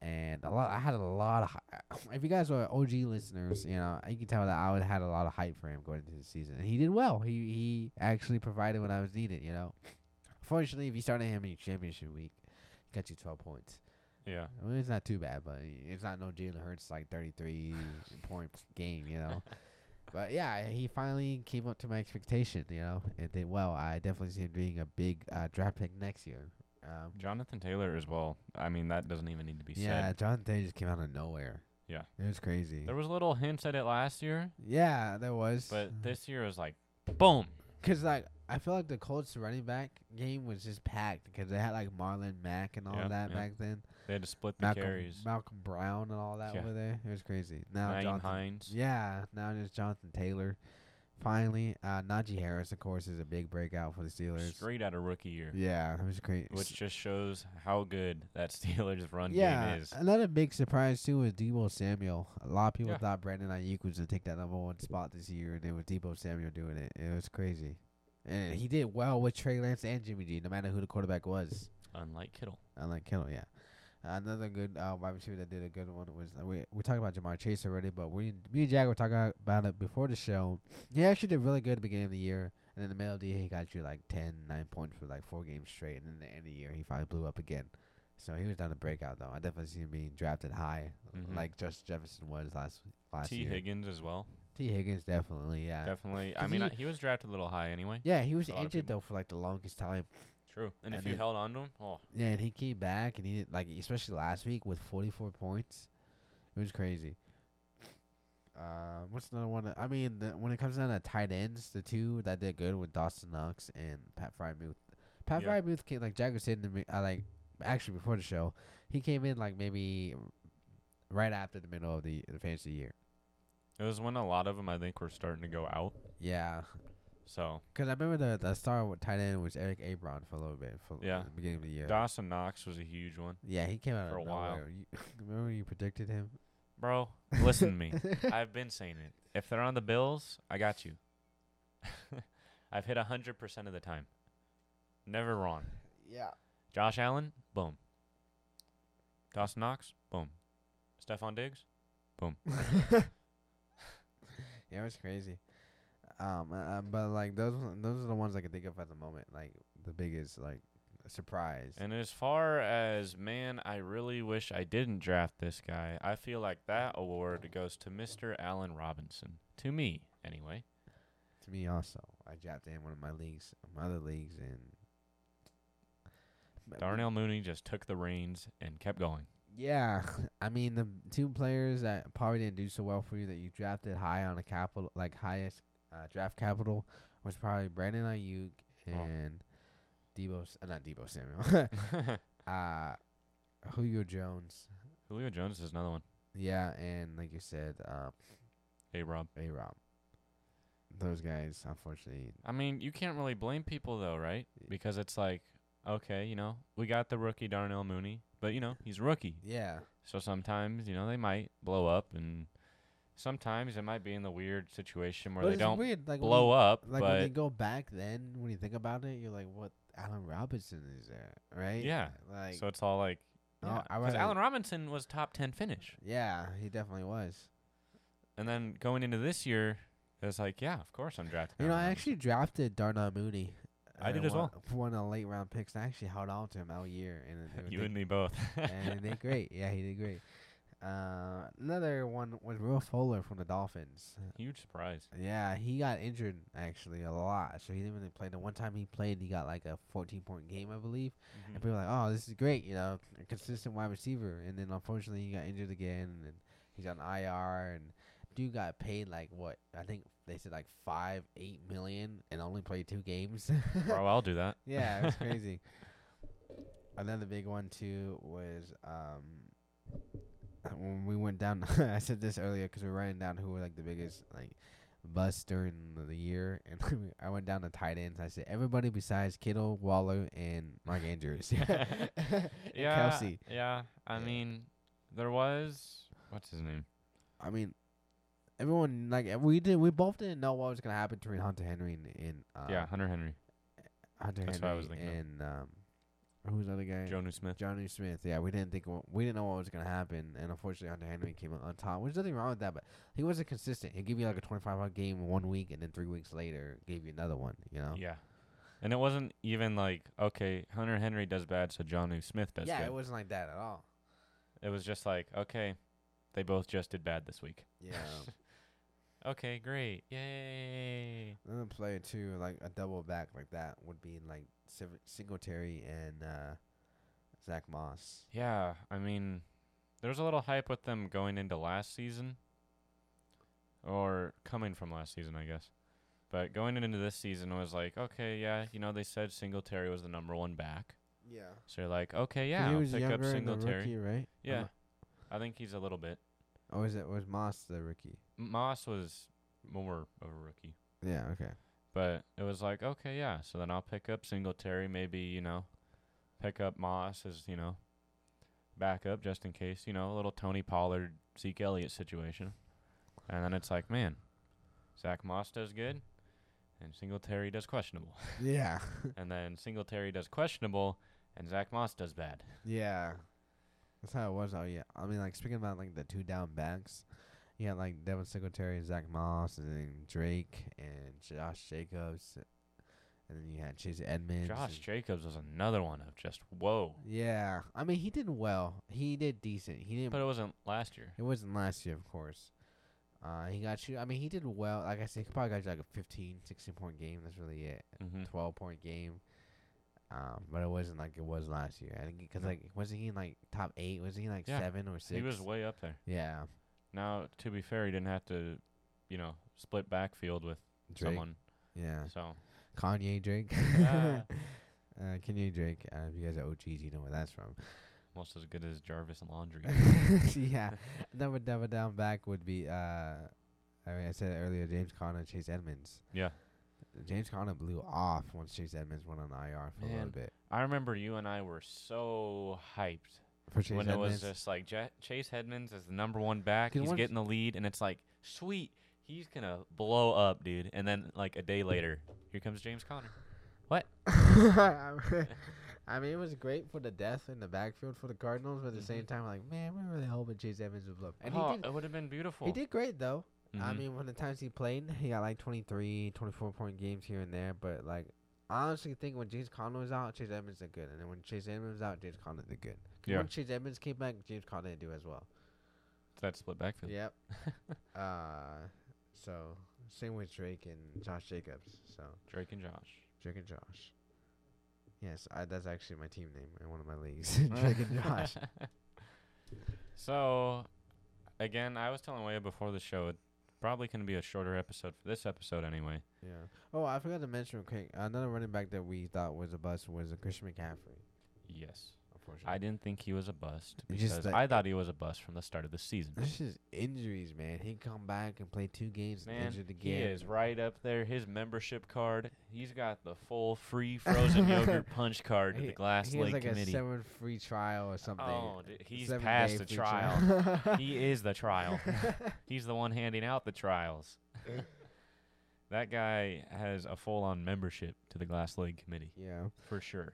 Speaker 2: and a lot. I had a lot of. Hi- if you guys are OG listeners, you know you can tell that I would had a lot of hype for him going into the season, and he did well. He he actually provided what I was needed. You know, fortunately, if you started him in your championship week, he got you twelve points.
Speaker 1: Yeah.
Speaker 2: I mean, it's not too bad, but it's not no Jalen Hurts like 33 point game, you know. but yeah, he finally came up to my expectation, you know, and did well. I definitely see him being a big uh, draft pick next year. Um,
Speaker 1: Jonathan Taylor as well. I mean, that doesn't even need to be
Speaker 2: yeah,
Speaker 1: said.
Speaker 2: John Taylor just came out of nowhere.
Speaker 1: Yeah.
Speaker 2: it was crazy.
Speaker 1: There was little hints at it last year,
Speaker 2: yeah, there was.
Speaker 1: but this year was like, boom.
Speaker 2: Cause like I feel like the Colts running back game was just packed because they had like Marlon Mack and all
Speaker 1: Yeah,
Speaker 2: that
Speaker 1: yeah.
Speaker 2: back then.
Speaker 1: They had to split the
Speaker 2: Malcolm,
Speaker 1: carries.
Speaker 2: Malcolm Brown and all that
Speaker 1: Yeah.
Speaker 2: over there. It was crazy. Now
Speaker 1: Naeem
Speaker 2: Jonathan
Speaker 1: Hines.
Speaker 2: Yeah, now it's Jonathan Taylor. Finally, uh, Najee Harris, of course, is a big breakout for the Steelers.
Speaker 1: Straight out of rookie year,
Speaker 2: Yeah, it was great.
Speaker 1: which just shows how good that Steelers run
Speaker 2: yeah, uh,
Speaker 1: game is.
Speaker 2: another big surprise too was Debo Samuel. A lot of people
Speaker 1: Yeah.
Speaker 2: thought Brandon Ayuk was gonna take that number one spot this year, and it was Debo Samuel doing it. It was crazy, and he did well with Trey Lance and Jimmy G, no matter who the quarterback was.
Speaker 1: Unlike Kittle.
Speaker 2: Unlike Kittle, yeah. Another good uh, wide receiver that did a good one was we we talked about Jamar Chase already, but we me and Jack were talking about it before the show. He actually did really good at the beginning of the year, and in the middle of the year he got you like 10, 9 points for like four games straight, and then the end of the year he finally blew up again. So he was down to breakout though. I definitely see him being drafted high,
Speaker 1: Mhm.
Speaker 2: like Justin Jefferson was last last
Speaker 1: T.
Speaker 2: year.
Speaker 1: Higgins as well.
Speaker 2: T Higgins definitely, yeah,
Speaker 1: Definitely. I
Speaker 2: Cause
Speaker 1: mean, I-
Speaker 2: he-
Speaker 1: he was drafted a little high anyway.
Speaker 2: yeah. He was
Speaker 1: A lot of
Speaker 2: injured
Speaker 1: people.
Speaker 2: though for like the longest time.
Speaker 1: True. And, if
Speaker 2: And
Speaker 1: you
Speaker 2: it-
Speaker 1: held on to him, oh,
Speaker 2: Yeah, and he came back and he did like especially last week with forty four points. It was crazy. Uh, what's another one? that- I mean, the, when it comes down to tight ends, the two that did good were Dawson Knox and Pat Frymuth. Pat
Speaker 1: Yeah.
Speaker 2: Frymuth came like Jagger said to me, uh, like actually before the show, he came in like maybe right after the middle of the, the fantasy year.
Speaker 1: it was when a lot of them I think were starting to go out.
Speaker 2: Yeah,
Speaker 1: So
Speaker 2: because I remember the the star with tight end was Eric Abron for a little bit for
Speaker 1: Yeah.
Speaker 2: the beginning of the year.
Speaker 1: Dawson Knox was a huge one,
Speaker 2: yeah, he came out
Speaker 1: for
Speaker 2: of
Speaker 1: a while.
Speaker 2: nowhere. You, remember when you predicted him?
Speaker 1: bro. Listen to me. I've been saying it. If they're on the Bills, I got you. I've hit hundred percent of the time. Never wrong.
Speaker 2: yeah.
Speaker 1: Josh Allen, boom. Dawson Knox, boom. Stephon Diggs,
Speaker 2: yeah, it was crazy. Um, uh, but like those, one- those are the ones I can think of at the moment. Like the biggest like surprise.
Speaker 1: And as far as man, I really wish I didn't draft this guy. I feel like that award goes to Mr. Allen Robinson. To me, anyway.
Speaker 2: to me, also, I dropped in one of my leagues, my other leagues, and
Speaker 1: Darnell Mooney just took the reins and kept going.
Speaker 2: Yeah, I mean the two players that probably didn't do so well for you that you drafted high on a capital, like highest uh, draft capital, was probably Brandon Ayuk
Speaker 1: Oh.
Speaker 2: and Debo, S- uh, not Debo Samuel, uh, Julio Jones.
Speaker 1: Julio Jones is another one.
Speaker 2: Yeah, and like you said, um,
Speaker 1: Hey, Rob.
Speaker 2: A Rob. Those guys, unfortunately,
Speaker 1: I mean, you can't really blame people though, right?
Speaker 2: Yeah.
Speaker 1: Because it's like, okay, you know, we got the rookie Darnell Mooney, but you know, he's rookie.
Speaker 2: yeah,
Speaker 1: So sometimes, you know, they might blow up and sometimes it might be in the weird situation where
Speaker 2: But
Speaker 1: they
Speaker 2: it's
Speaker 1: don't
Speaker 2: weird, like when
Speaker 1: blow
Speaker 2: you-
Speaker 1: up,
Speaker 2: Like when they
Speaker 1: but
Speaker 2: go back, then when you think about it, you're like, what? Alan Robinson is there, right?
Speaker 1: Yeah,
Speaker 2: like
Speaker 1: so it's all like
Speaker 2: Oh,
Speaker 1: yeah,
Speaker 2: I
Speaker 1: 'cause
Speaker 2: rather-
Speaker 1: Allen Robinson was top 10 finish.
Speaker 2: yeah, he definitely was.
Speaker 1: And then going into this year, it's like, yeah, of course I'm drafting.
Speaker 2: You know, I
Speaker 1: Allen
Speaker 2: actually drafted Darnell Mooney.
Speaker 1: I
Speaker 2: uh,
Speaker 1: did as
Speaker 2: one- For one of the late round picks, and I actually held on to him all year, and
Speaker 1: Robinson.
Speaker 2: it- it
Speaker 1: you
Speaker 2: did,
Speaker 1: and me both.
Speaker 2: and he did great. Yeah, he did great. Uh, another one was Will Fuller from the Dolphins.
Speaker 1: Huge surprise.
Speaker 2: Yeah, he got injured actually a lot, so he didn't really play. The one time he played, he got like a 14 point game, I believe.
Speaker 1: Mm.
Speaker 2: And
Speaker 1: Mm-hmm.
Speaker 2: people were like, "Oh, this is great," you know, a consistent wide receiver. And then unfortunately, he got injured again, and he's on IR. And dude got paid like what I think they said like five, eight million, and only played two games.
Speaker 1: Bro, I'll do that.
Speaker 2: yeah, it was crazy. Another big one too was um uh, when we went down. I said this earlier because we were writing down who were like the biggest like bust during the year, and I went down to tight ends. I said everybody besides Kittle, Waller, and Mark Andrews. And
Speaker 1: yeah,
Speaker 2: Kelsey.
Speaker 1: Yeah, I
Speaker 2: Yeah.
Speaker 1: mean, there was what's his name?
Speaker 2: I mean, everyone like we did. We both didn't know what was gonna happen between Hunter Henry and, and uh,
Speaker 1: yeah, Hunter Henry,
Speaker 2: Hunter
Speaker 1: that's what
Speaker 2: Henry
Speaker 1: I was thinking of.
Speaker 2: and um, who was the other guy?
Speaker 1: Jonu Smith.
Speaker 2: Johnny Smith. Yeah, we didn't think we didn't know what was gonna happen, and unfortunately, Hunter Henry came out on top. There's nothing wrong with that, but he wasn't consistent. He'd give you like a 25 hour game one week, and then three weeks later, gave you another one. You know?
Speaker 1: Yeah, and it wasn't even like okay, Hunter Henry does bad, so Jonu Smith does
Speaker 2: yeah,
Speaker 1: good.
Speaker 2: it wasn't like that at all.
Speaker 1: it was just like okay, they both just did bad this week.
Speaker 2: Yeah.
Speaker 1: Okay, great, yay!
Speaker 2: Another player too, like a double back like that would be like Siv- Singletary and uh, Zach Moss.
Speaker 1: Yeah, I mean, there was a little hype with them going into last season, or coming from last season, I guess. But going into this season was like, okay, yeah, you know, they said Singletary was the number one back.
Speaker 2: Yeah.
Speaker 1: So you're like, okay, yeah,
Speaker 2: he
Speaker 1: I'll
Speaker 2: was
Speaker 1: pick up
Speaker 2: younger and the
Speaker 1: Singletary.
Speaker 2: rookie, right? Or
Speaker 1: Yeah,
Speaker 2: not?
Speaker 1: I think he's a little bit.
Speaker 2: Or was it was Moss the rookie?
Speaker 1: M- Moss was more of a rookie,
Speaker 2: Yeah. Okay.
Speaker 1: but it was like, okay, yeah. So then I'll pick up Singletary, maybe you know, pick up Moss as you know, backup just in case you know, a little Tony Pollard, Zeke Elliott situation, and then it's like, man, Zach Moss does good, and Singletary does questionable,
Speaker 2: yeah.
Speaker 1: and then Singletary does questionable, and Zach Moss does bad.
Speaker 2: Yeah. That's how it was. Oh yeah. I mean, like speaking about like the two down backs, you had like Devin Singletary, Zach Moss, and then Drake and Josh Jacobs, and then you had Chase Edmonds.
Speaker 1: Josh
Speaker 2: and-
Speaker 1: Jacobs was another one of just whoa.
Speaker 2: yeah. I mean, he did well. He did decent. He didn't.
Speaker 1: But it wasn't last year.
Speaker 2: it wasn't last year, of course. Uh, he got you. I mean, he did well. Like I said, he probably got you like a 15, 16 point game. That's really it.
Speaker 1: Mm-hmm.
Speaker 2: 12 point game. Um, but it wasn't like it was last year. I think because
Speaker 1: No.
Speaker 2: like wasn't he in, like top eight? Wasn't he like
Speaker 1: Yeah.
Speaker 2: seven or six?
Speaker 1: He was way up there.
Speaker 2: yeah.
Speaker 1: Now, to be fair, he didn't have to, you know, split backfield with
Speaker 2: Drake.
Speaker 1: someone.
Speaker 2: Yeah.
Speaker 1: So
Speaker 2: Kanye Drake.
Speaker 1: Ah.
Speaker 2: uh, Kanye Drake. Uh, if you guys are OGs, you know where that's from.
Speaker 1: almost as good as Jarvis and Laundry.
Speaker 2: yeah. Double double down back would be. Uh, I mean, I said it earlier. James Conner, Chase Edmonds.
Speaker 1: yeah.
Speaker 2: James Conner blew off once Chase Edmonds went on IR for a
Speaker 1: Man.
Speaker 2: little bit.
Speaker 1: I remember you and I were so hyped
Speaker 2: For Chase
Speaker 1: when it was
Speaker 2: Edmonds.
Speaker 1: just like Ja Chase Hedman's is the number one back.
Speaker 2: Can
Speaker 1: He's
Speaker 2: one-
Speaker 1: getting the lead, and it's like, sweet, he's going to blow up, dude. And then, like, a day later, here comes James Conner.
Speaker 2: I mean, it was great for the death in the backfield for the Cardinals, but at the same time, like, man, we really hoping Chase Edmonds would blow. up. And
Speaker 1: Mm-hmm. oh,
Speaker 2: he did.
Speaker 1: it would have been beautiful.
Speaker 2: He did great though. I
Speaker 1: Mhm.
Speaker 2: mean, when the times he played, he got like 23, 24 point games here and there. But like, I honestly think when James Conner was out, Chase Edmonds did good, and then when Chase Edmonds was out, James Conner did good. 'Cause
Speaker 1: Yeah.
Speaker 2: When Chase Edmonds came back, James Conner did do as well.
Speaker 1: that split backfield.
Speaker 2: Yep. uh, so same with Drake and Josh Jacobs. So
Speaker 1: Drake and Josh.
Speaker 2: Drake and Josh. Yes, I, that's actually my team name in one of my leagues. Drake and Josh.
Speaker 1: so, again, I was telling Waya before the show, it probably going to be a shorter episode for this episode anyway.
Speaker 2: Yeah. Oh, I forgot to mention real quick. Another running back that we thought was a bust was a Christian McCaffrey.
Speaker 1: Yes.
Speaker 2: Unfortunately,
Speaker 1: I didn't think he was a bust
Speaker 2: It's
Speaker 1: because
Speaker 2: just that-
Speaker 1: I thought he was a bust from the start of the season.
Speaker 2: This is injuries, man. He come back and play two games and
Speaker 1: Man,
Speaker 2: injured
Speaker 1: he
Speaker 2: again.
Speaker 1: is right up there. His membership card, he's got the full free frozen yogurt punch card to
Speaker 2: He-
Speaker 1: the Glass
Speaker 2: He has
Speaker 1: Lake
Speaker 2: like
Speaker 1: Committee.
Speaker 2: a seven free trial or something.
Speaker 1: Oh, d- he's
Speaker 2: Seven
Speaker 1: past
Speaker 2: day
Speaker 1: the
Speaker 2: free
Speaker 1: trial. he is the trial. He's the one handing out the trials. that guy has a full-on membership to the Glass Lake Committee
Speaker 2: yeah.
Speaker 1: for sure.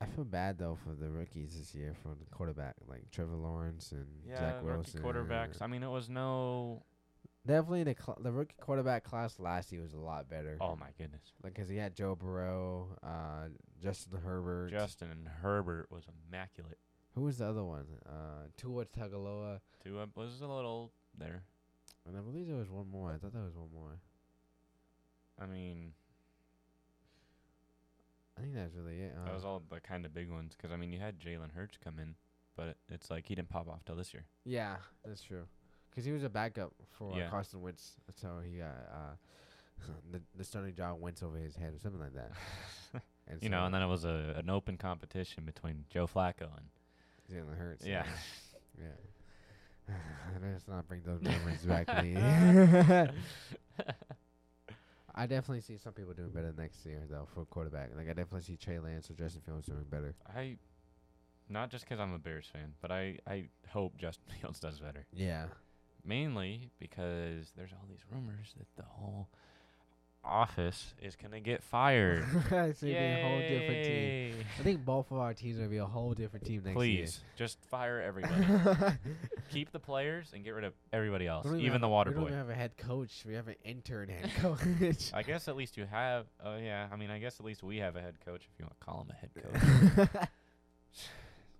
Speaker 2: I feel bad though for the rookies this year, for the quarterback like Trevor Lawrence and
Speaker 1: Yeah,
Speaker 2: Zach
Speaker 1: rookie
Speaker 2: Wilson.
Speaker 1: quarterbacks. I mean, it was no.
Speaker 2: Definitely the cl- the rookie quarterback class last year was a lot better.
Speaker 1: Oh my goodness,
Speaker 2: Like, cause he had Joe Burrow, uh, Justin Herbert.
Speaker 1: Justin Herbert was immaculate.
Speaker 2: Who was the other one? Uh, Tua Tagaloa.
Speaker 1: Too uh, was a little there.
Speaker 2: And I believe there was one more. I thought there was one more.
Speaker 1: I mean,
Speaker 2: I think that's really it. Huh?
Speaker 1: that was all the kind of big ones. Because I mean, you had Jalen Hurts come in, but it, it's like he didn't pop off till this year.
Speaker 2: yeah, that's true. Cause he was a backup for
Speaker 1: Yeah.
Speaker 2: uh, Carson Wentz, so he got uh, the the starting job went over his head or something like that. And
Speaker 1: you know,
Speaker 2: so
Speaker 1: and then it was a an open competition between Joe Flacco and
Speaker 2: Jalen Hurts.
Speaker 1: yeah.
Speaker 2: Yeah. Let's not bring those memories back to me. I definitely see some people doing better next year, though, for quarterback. Like, I definitely see Trey Lance or Justin Fields doing better.
Speaker 1: I not just 'cause I'm a Bears fan, but I I hope Justin Fields does better.
Speaker 2: Yeah.
Speaker 1: Mainly because there's all these rumors that the whole office is gonna get fired.
Speaker 2: it's going to be a whole different team.
Speaker 1: Yay.
Speaker 2: I think both of our teams are going to be a whole different team next
Speaker 1: Please just fire
Speaker 2: year.
Speaker 1: everybody. Keep the players and get rid of everybody else,
Speaker 2: We don't
Speaker 1: even
Speaker 2: have
Speaker 1: the
Speaker 2: a-
Speaker 1: water
Speaker 2: We don't even
Speaker 1: boy.
Speaker 2: have a head coach. We have an intern head coach.
Speaker 1: I guess at least you have. Oh yeah, I mean I guess at least we have a head coach if you want to call him a head coach.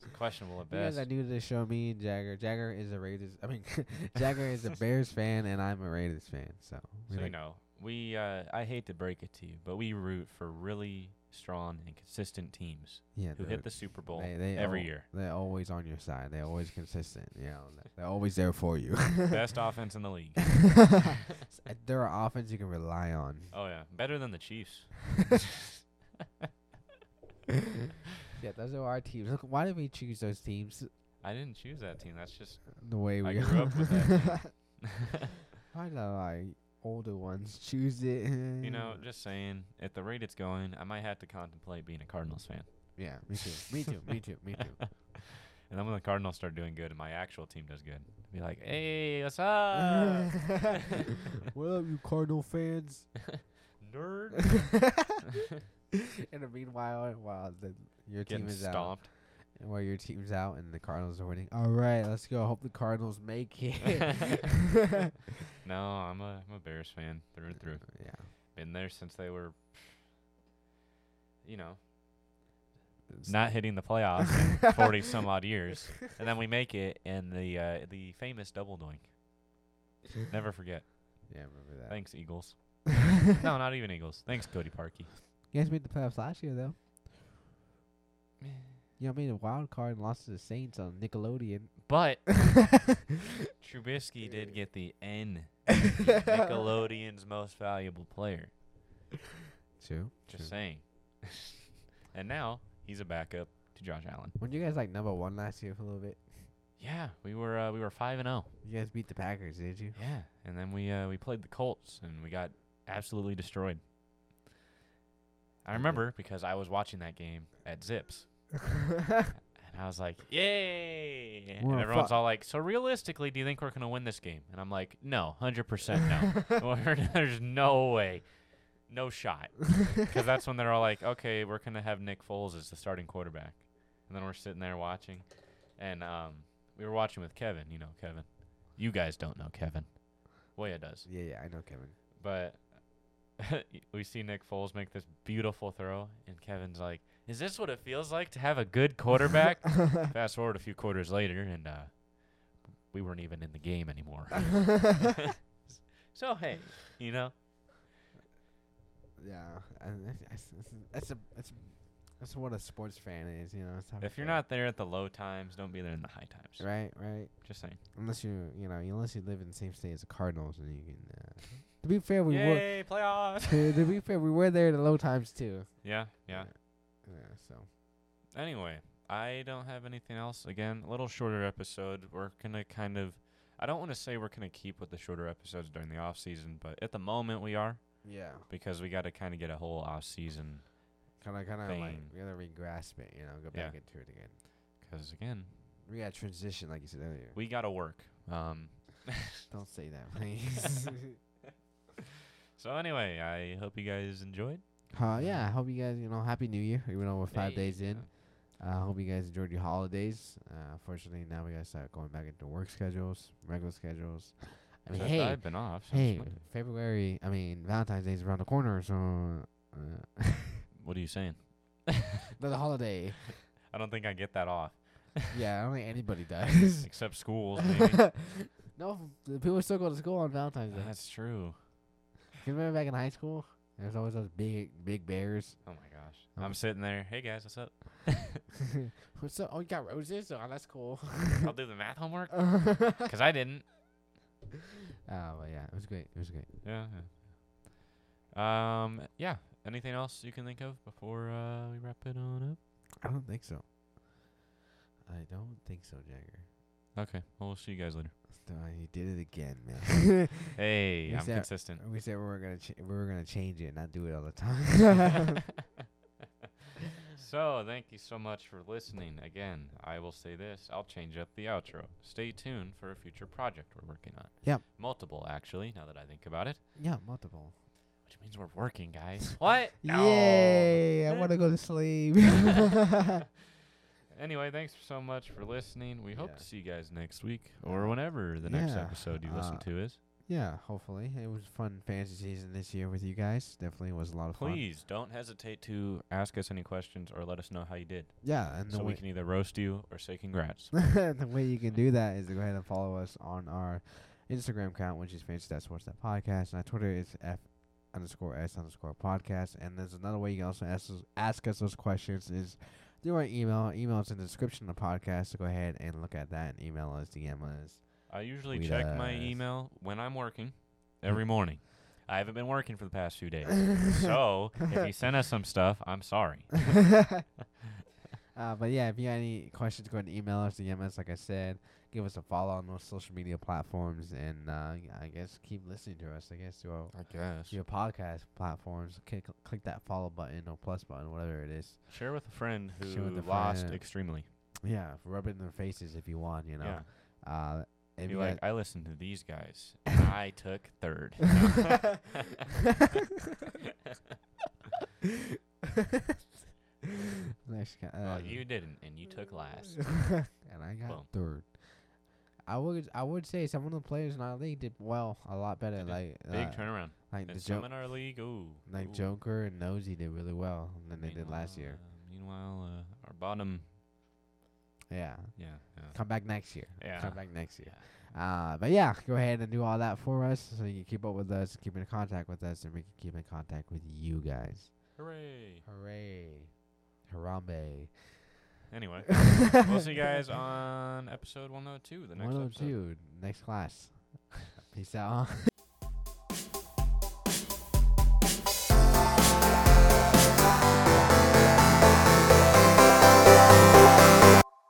Speaker 1: It's questionable at
Speaker 2: You guys
Speaker 1: best.
Speaker 2: are new to the show. Me and Jagger. Jagger is a Raiders. I mean, Jagger is a Bears fan, and I'm a Raiders fan. So, we
Speaker 1: So you
Speaker 2: like-
Speaker 1: know, we uh, I hate to break it to you, but we root for really strong and consistent teams
Speaker 2: yeah,
Speaker 1: who
Speaker 2: they're-
Speaker 1: hit the Super Bowl
Speaker 2: they- they
Speaker 1: every
Speaker 2: al-
Speaker 1: year.
Speaker 2: They're always on your side. They're always consistent. You know, th- they're always there for you.
Speaker 1: Best offense in the league.
Speaker 2: they're an offense you can rely on.
Speaker 1: Oh yeah, better than the Chiefs.
Speaker 2: Yeah, those are our teams. Look, why did we choose those teams
Speaker 1: I didn't choose that team. That's just
Speaker 2: the way
Speaker 1: I
Speaker 2: we
Speaker 1: grew
Speaker 2: are?
Speaker 1: up with that
Speaker 2: why did like older ones choose it?
Speaker 1: you know, just saying. At the rate it's going, I might have to contemplate being a Cardinals fan.
Speaker 2: yeah, me too, me too, me too, me too.
Speaker 1: And then when the Cardinals start doing good and my actual team does good, I'll be like, "Hey, what's up,
Speaker 2: what up, you Cardinal fans?
Speaker 1: nerd?"
Speaker 2: and the meanwhile, while the, your
Speaker 1: Getting
Speaker 2: team is out,
Speaker 1: stomped.
Speaker 2: and while your team's out, and the Cardinals are winning. All right, let's go. Hope the Cardinals make it. yeah,
Speaker 1: No, I'm a I'm a Bears fan through and through. been there since they were, you know, not hitting the playoffs in forty some odd years, and then we make it and the uh, the famous double doink. Never forget.
Speaker 2: yeah, remember that.
Speaker 1: Thanks Eagles. no, not even Eagles. Thanks Cody Parkey.
Speaker 2: You guys made the playoffs last year, though. You know, made a wild card and lost to the Saints on Nickelodeon.
Speaker 1: But Trubisky did get the N, Nickelodeon's most valuable player.
Speaker 2: True.
Speaker 1: Just saying. and now he's a backup to Josh Allen.
Speaker 2: Weren't you guys like number one last year for a little bit?
Speaker 1: Yeah, we were uh, we were five and zero.
Speaker 2: You guys beat the Packers, did you?
Speaker 1: Yeah, and then we uh, we played the Colts and we got absolutely destroyed. I
Speaker 2: Yeah.
Speaker 1: remember because I was watching that game at Zips, and I was like, "Yay!"
Speaker 2: We're
Speaker 1: and
Speaker 2: a
Speaker 1: everyone's
Speaker 2: fu-
Speaker 1: all like, "So realistically, do you think we're gonna win this game?" And I'm like, "No, hundred percent no. We're- There's no way, no shot." Because that's when they're all like, "Okay, we're gonna have Nick Foles as the starting quarterback," and then we're sitting there watching, and um, we were watching with Kevin. You know, Kevin. You guys don't know Kevin. Well, yeah, does
Speaker 2: yeah, yeah, I know Kevin.
Speaker 1: but we see Nick Foles make this beautiful throw, and Kevin's like, "Is this what it feels like to have a good quarterback?" Fast forward a few quarters later, and uh, we weren't even in the game anymore. so hey, you know,
Speaker 2: Yeah, and that's, that's, that's a that's That's what a sports fan is, you know. it's not
Speaker 1: If you're
Speaker 2: fair.
Speaker 1: not there at the low times, don't be there in the high times.
Speaker 2: right, right,
Speaker 1: Just saying.
Speaker 2: unless you, you know, unless you live in the same state as the Cardinals, and you can. Uh, to be fair, we were.
Speaker 1: Yay, playoffs.
Speaker 2: to, to be fair, we were there at the low times too.
Speaker 1: yeah, yeah.
Speaker 2: Yeah. So.
Speaker 1: Anyway, I don't have anything else. Again, a little shorter episode. We're gonna kind of. I don't want to say we're gonna keep with the shorter episodes during the off season, but at the moment we are
Speaker 2: Yeah.
Speaker 1: because we got to kind of get a whole off season.
Speaker 2: Kind of, kind of like
Speaker 1: Thing.
Speaker 2: we gotta re-grasp it, you know, go
Speaker 1: Yeah.
Speaker 2: back into it again.
Speaker 1: Because again,
Speaker 2: We gotta transition, like you said earlier.
Speaker 1: we gotta work. Um.
Speaker 2: Don't say that, please.
Speaker 1: So anyway, I hope you guys enjoyed.
Speaker 2: uh, yeah, I hope you guys, you know, happy New Year. Even though we're five
Speaker 1: Hey,
Speaker 2: days in,
Speaker 1: yeah.
Speaker 2: I uh, hope you guys enjoyed your holidays. Uh, unfortunately, now we gotta start going back into work schedules, regular schedules. I mean,
Speaker 1: Except
Speaker 2: hey,
Speaker 1: I've been off. Since
Speaker 2: hey,
Speaker 1: Monday.
Speaker 2: February. I mean, Valentine's Day is around the corner, so uh,
Speaker 1: What are you saying?
Speaker 2: another holiday.
Speaker 1: I don't think I get that off,
Speaker 2: yeah, I don't think anybody does.
Speaker 1: except schools. Maybe.
Speaker 2: no, the people still go to school on Valentine's Day.
Speaker 1: That's true.
Speaker 2: You remember back in high school? There's always those big, big bears.
Speaker 1: Oh my gosh.
Speaker 2: Oh.
Speaker 1: I'm sitting there. Hey guys, what's up?
Speaker 2: What's up? Oh, you got roses? Oh, that's cool.
Speaker 1: I'll do the math homework
Speaker 2: oh, but
Speaker 1: because I didn't.
Speaker 2: yeah, it was great. It was great.
Speaker 1: Yeah. yeah. Um. Yeah. Anything else you can think of before uh, we wrap it on
Speaker 2: I don't think so. I don't think so, Jagger.
Speaker 1: up? Okay. Well, we'll see you guys later.
Speaker 2: Oh, you did it again, man.
Speaker 1: Hey,
Speaker 2: Is
Speaker 1: I'm
Speaker 2: that-
Speaker 1: consistent.
Speaker 2: we said we were gonna ch- we were gonna change it, not do it all the time.
Speaker 1: so, thank you so much for listening. Again, I will say this I'll change up the outro. Stay tuned for a future project we're working on.
Speaker 2: Yep.
Speaker 1: Multiple, actually, now that I think about it.
Speaker 2: yeah, multiple.
Speaker 1: Which means we're working, guys. what?
Speaker 2: Yay! I want to go to sleep.
Speaker 1: Anyway, thanks so much for listening. We hope to
Speaker 2: Yeah.
Speaker 1: see you guys next week or whenever the next
Speaker 2: Yeah,
Speaker 1: episode you listen
Speaker 2: uh,
Speaker 1: to is.
Speaker 2: yeah, hopefully it was fun fantasy season this year with you guys. Definitely was a lot of fun.
Speaker 1: Please don't hesitate to ask us any questions or let us know how you did.
Speaker 2: Yeah, and the
Speaker 1: so we
Speaker 2: way
Speaker 1: can either roast you or say congrats.
Speaker 2: the way you can do that is to go ahead and follow us on our Instagram account, which is Fancy That Sports That Podcast, and our Twitter is F underscore S underscore podcast. And there's another way you can also ask us, ask us those questions is through our email. Email is in the description of the podcast. So go ahead and look at that and email us, DM us.
Speaker 1: I usually
Speaker 2: Tweet
Speaker 1: check my
Speaker 2: us.
Speaker 1: email when I'm working
Speaker 2: Hmm.
Speaker 1: every morning. I haven't been working for the past few days. so if you sent us some stuff, I'm sorry.
Speaker 2: Uh, but yeah, if you got any questions, go ahead and email us, DM us, like I said. Give us a follow on those social media platforms, and uh, I guess keep listening to us. I guess through our
Speaker 1: I guess.
Speaker 2: your podcast platforms. Click, click that follow button or plus button, whatever it is.
Speaker 1: Share with a friend who
Speaker 2: Share with a
Speaker 1: lost
Speaker 2: friend.
Speaker 1: extremely.
Speaker 2: Yeah, rub it in their faces if you want. You know. Uh, if
Speaker 1: Be
Speaker 2: you
Speaker 1: like,
Speaker 2: guys-
Speaker 1: I listened to these guys. and I took third.
Speaker 2: Uh,
Speaker 1: No.
Speaker 2: Next guy-
Speaker 1: Well,
Speaker 2: uh,
Speaker 1: Oh, you didn't, and you took last.
Speaker 2: and I got
Speaker 1: Boom.
Speaker 2: third. I would I would say some of the players in our league did well, a lot better.
Speaker 1: did.
Speaker 2: Like
Speaker 1: Big
Speaker 2: uh,
Speaker 1: turnaround.
Speaker 2: like the
Speaker 1: And some
Speaker 2: jo-
Speaker 1: in our league, ooh.
Speaker 2: like
Speaker 1: ooh.
Speaker 2: Joker and Nosy did really well than they did last
Speaker 1: Meanwhile,
Speaker 2: year.
Speaker 1: uh, meanwhile, uh, our bottom,
Speaker 2: Yeah,
Speaker 1: yeah, yeah.
Speaker 2: come back next year.
Speaker 1: Yeah.
Speaker 2: come back next year.
Speaker 1: yeah.
Speaker 2: Uh, but yeah, go ahead and do all that for us so you can keep up with us, keep in contact with us, and we can keep in contact with you guys.
Speaker 1: Hooray!
Speaker 2: Hooray. Harambe.
Speaker 1: Anyway, we'll see you guys on episode 102. The oh next episode.
Speaker 2: 102, next class. Peace out.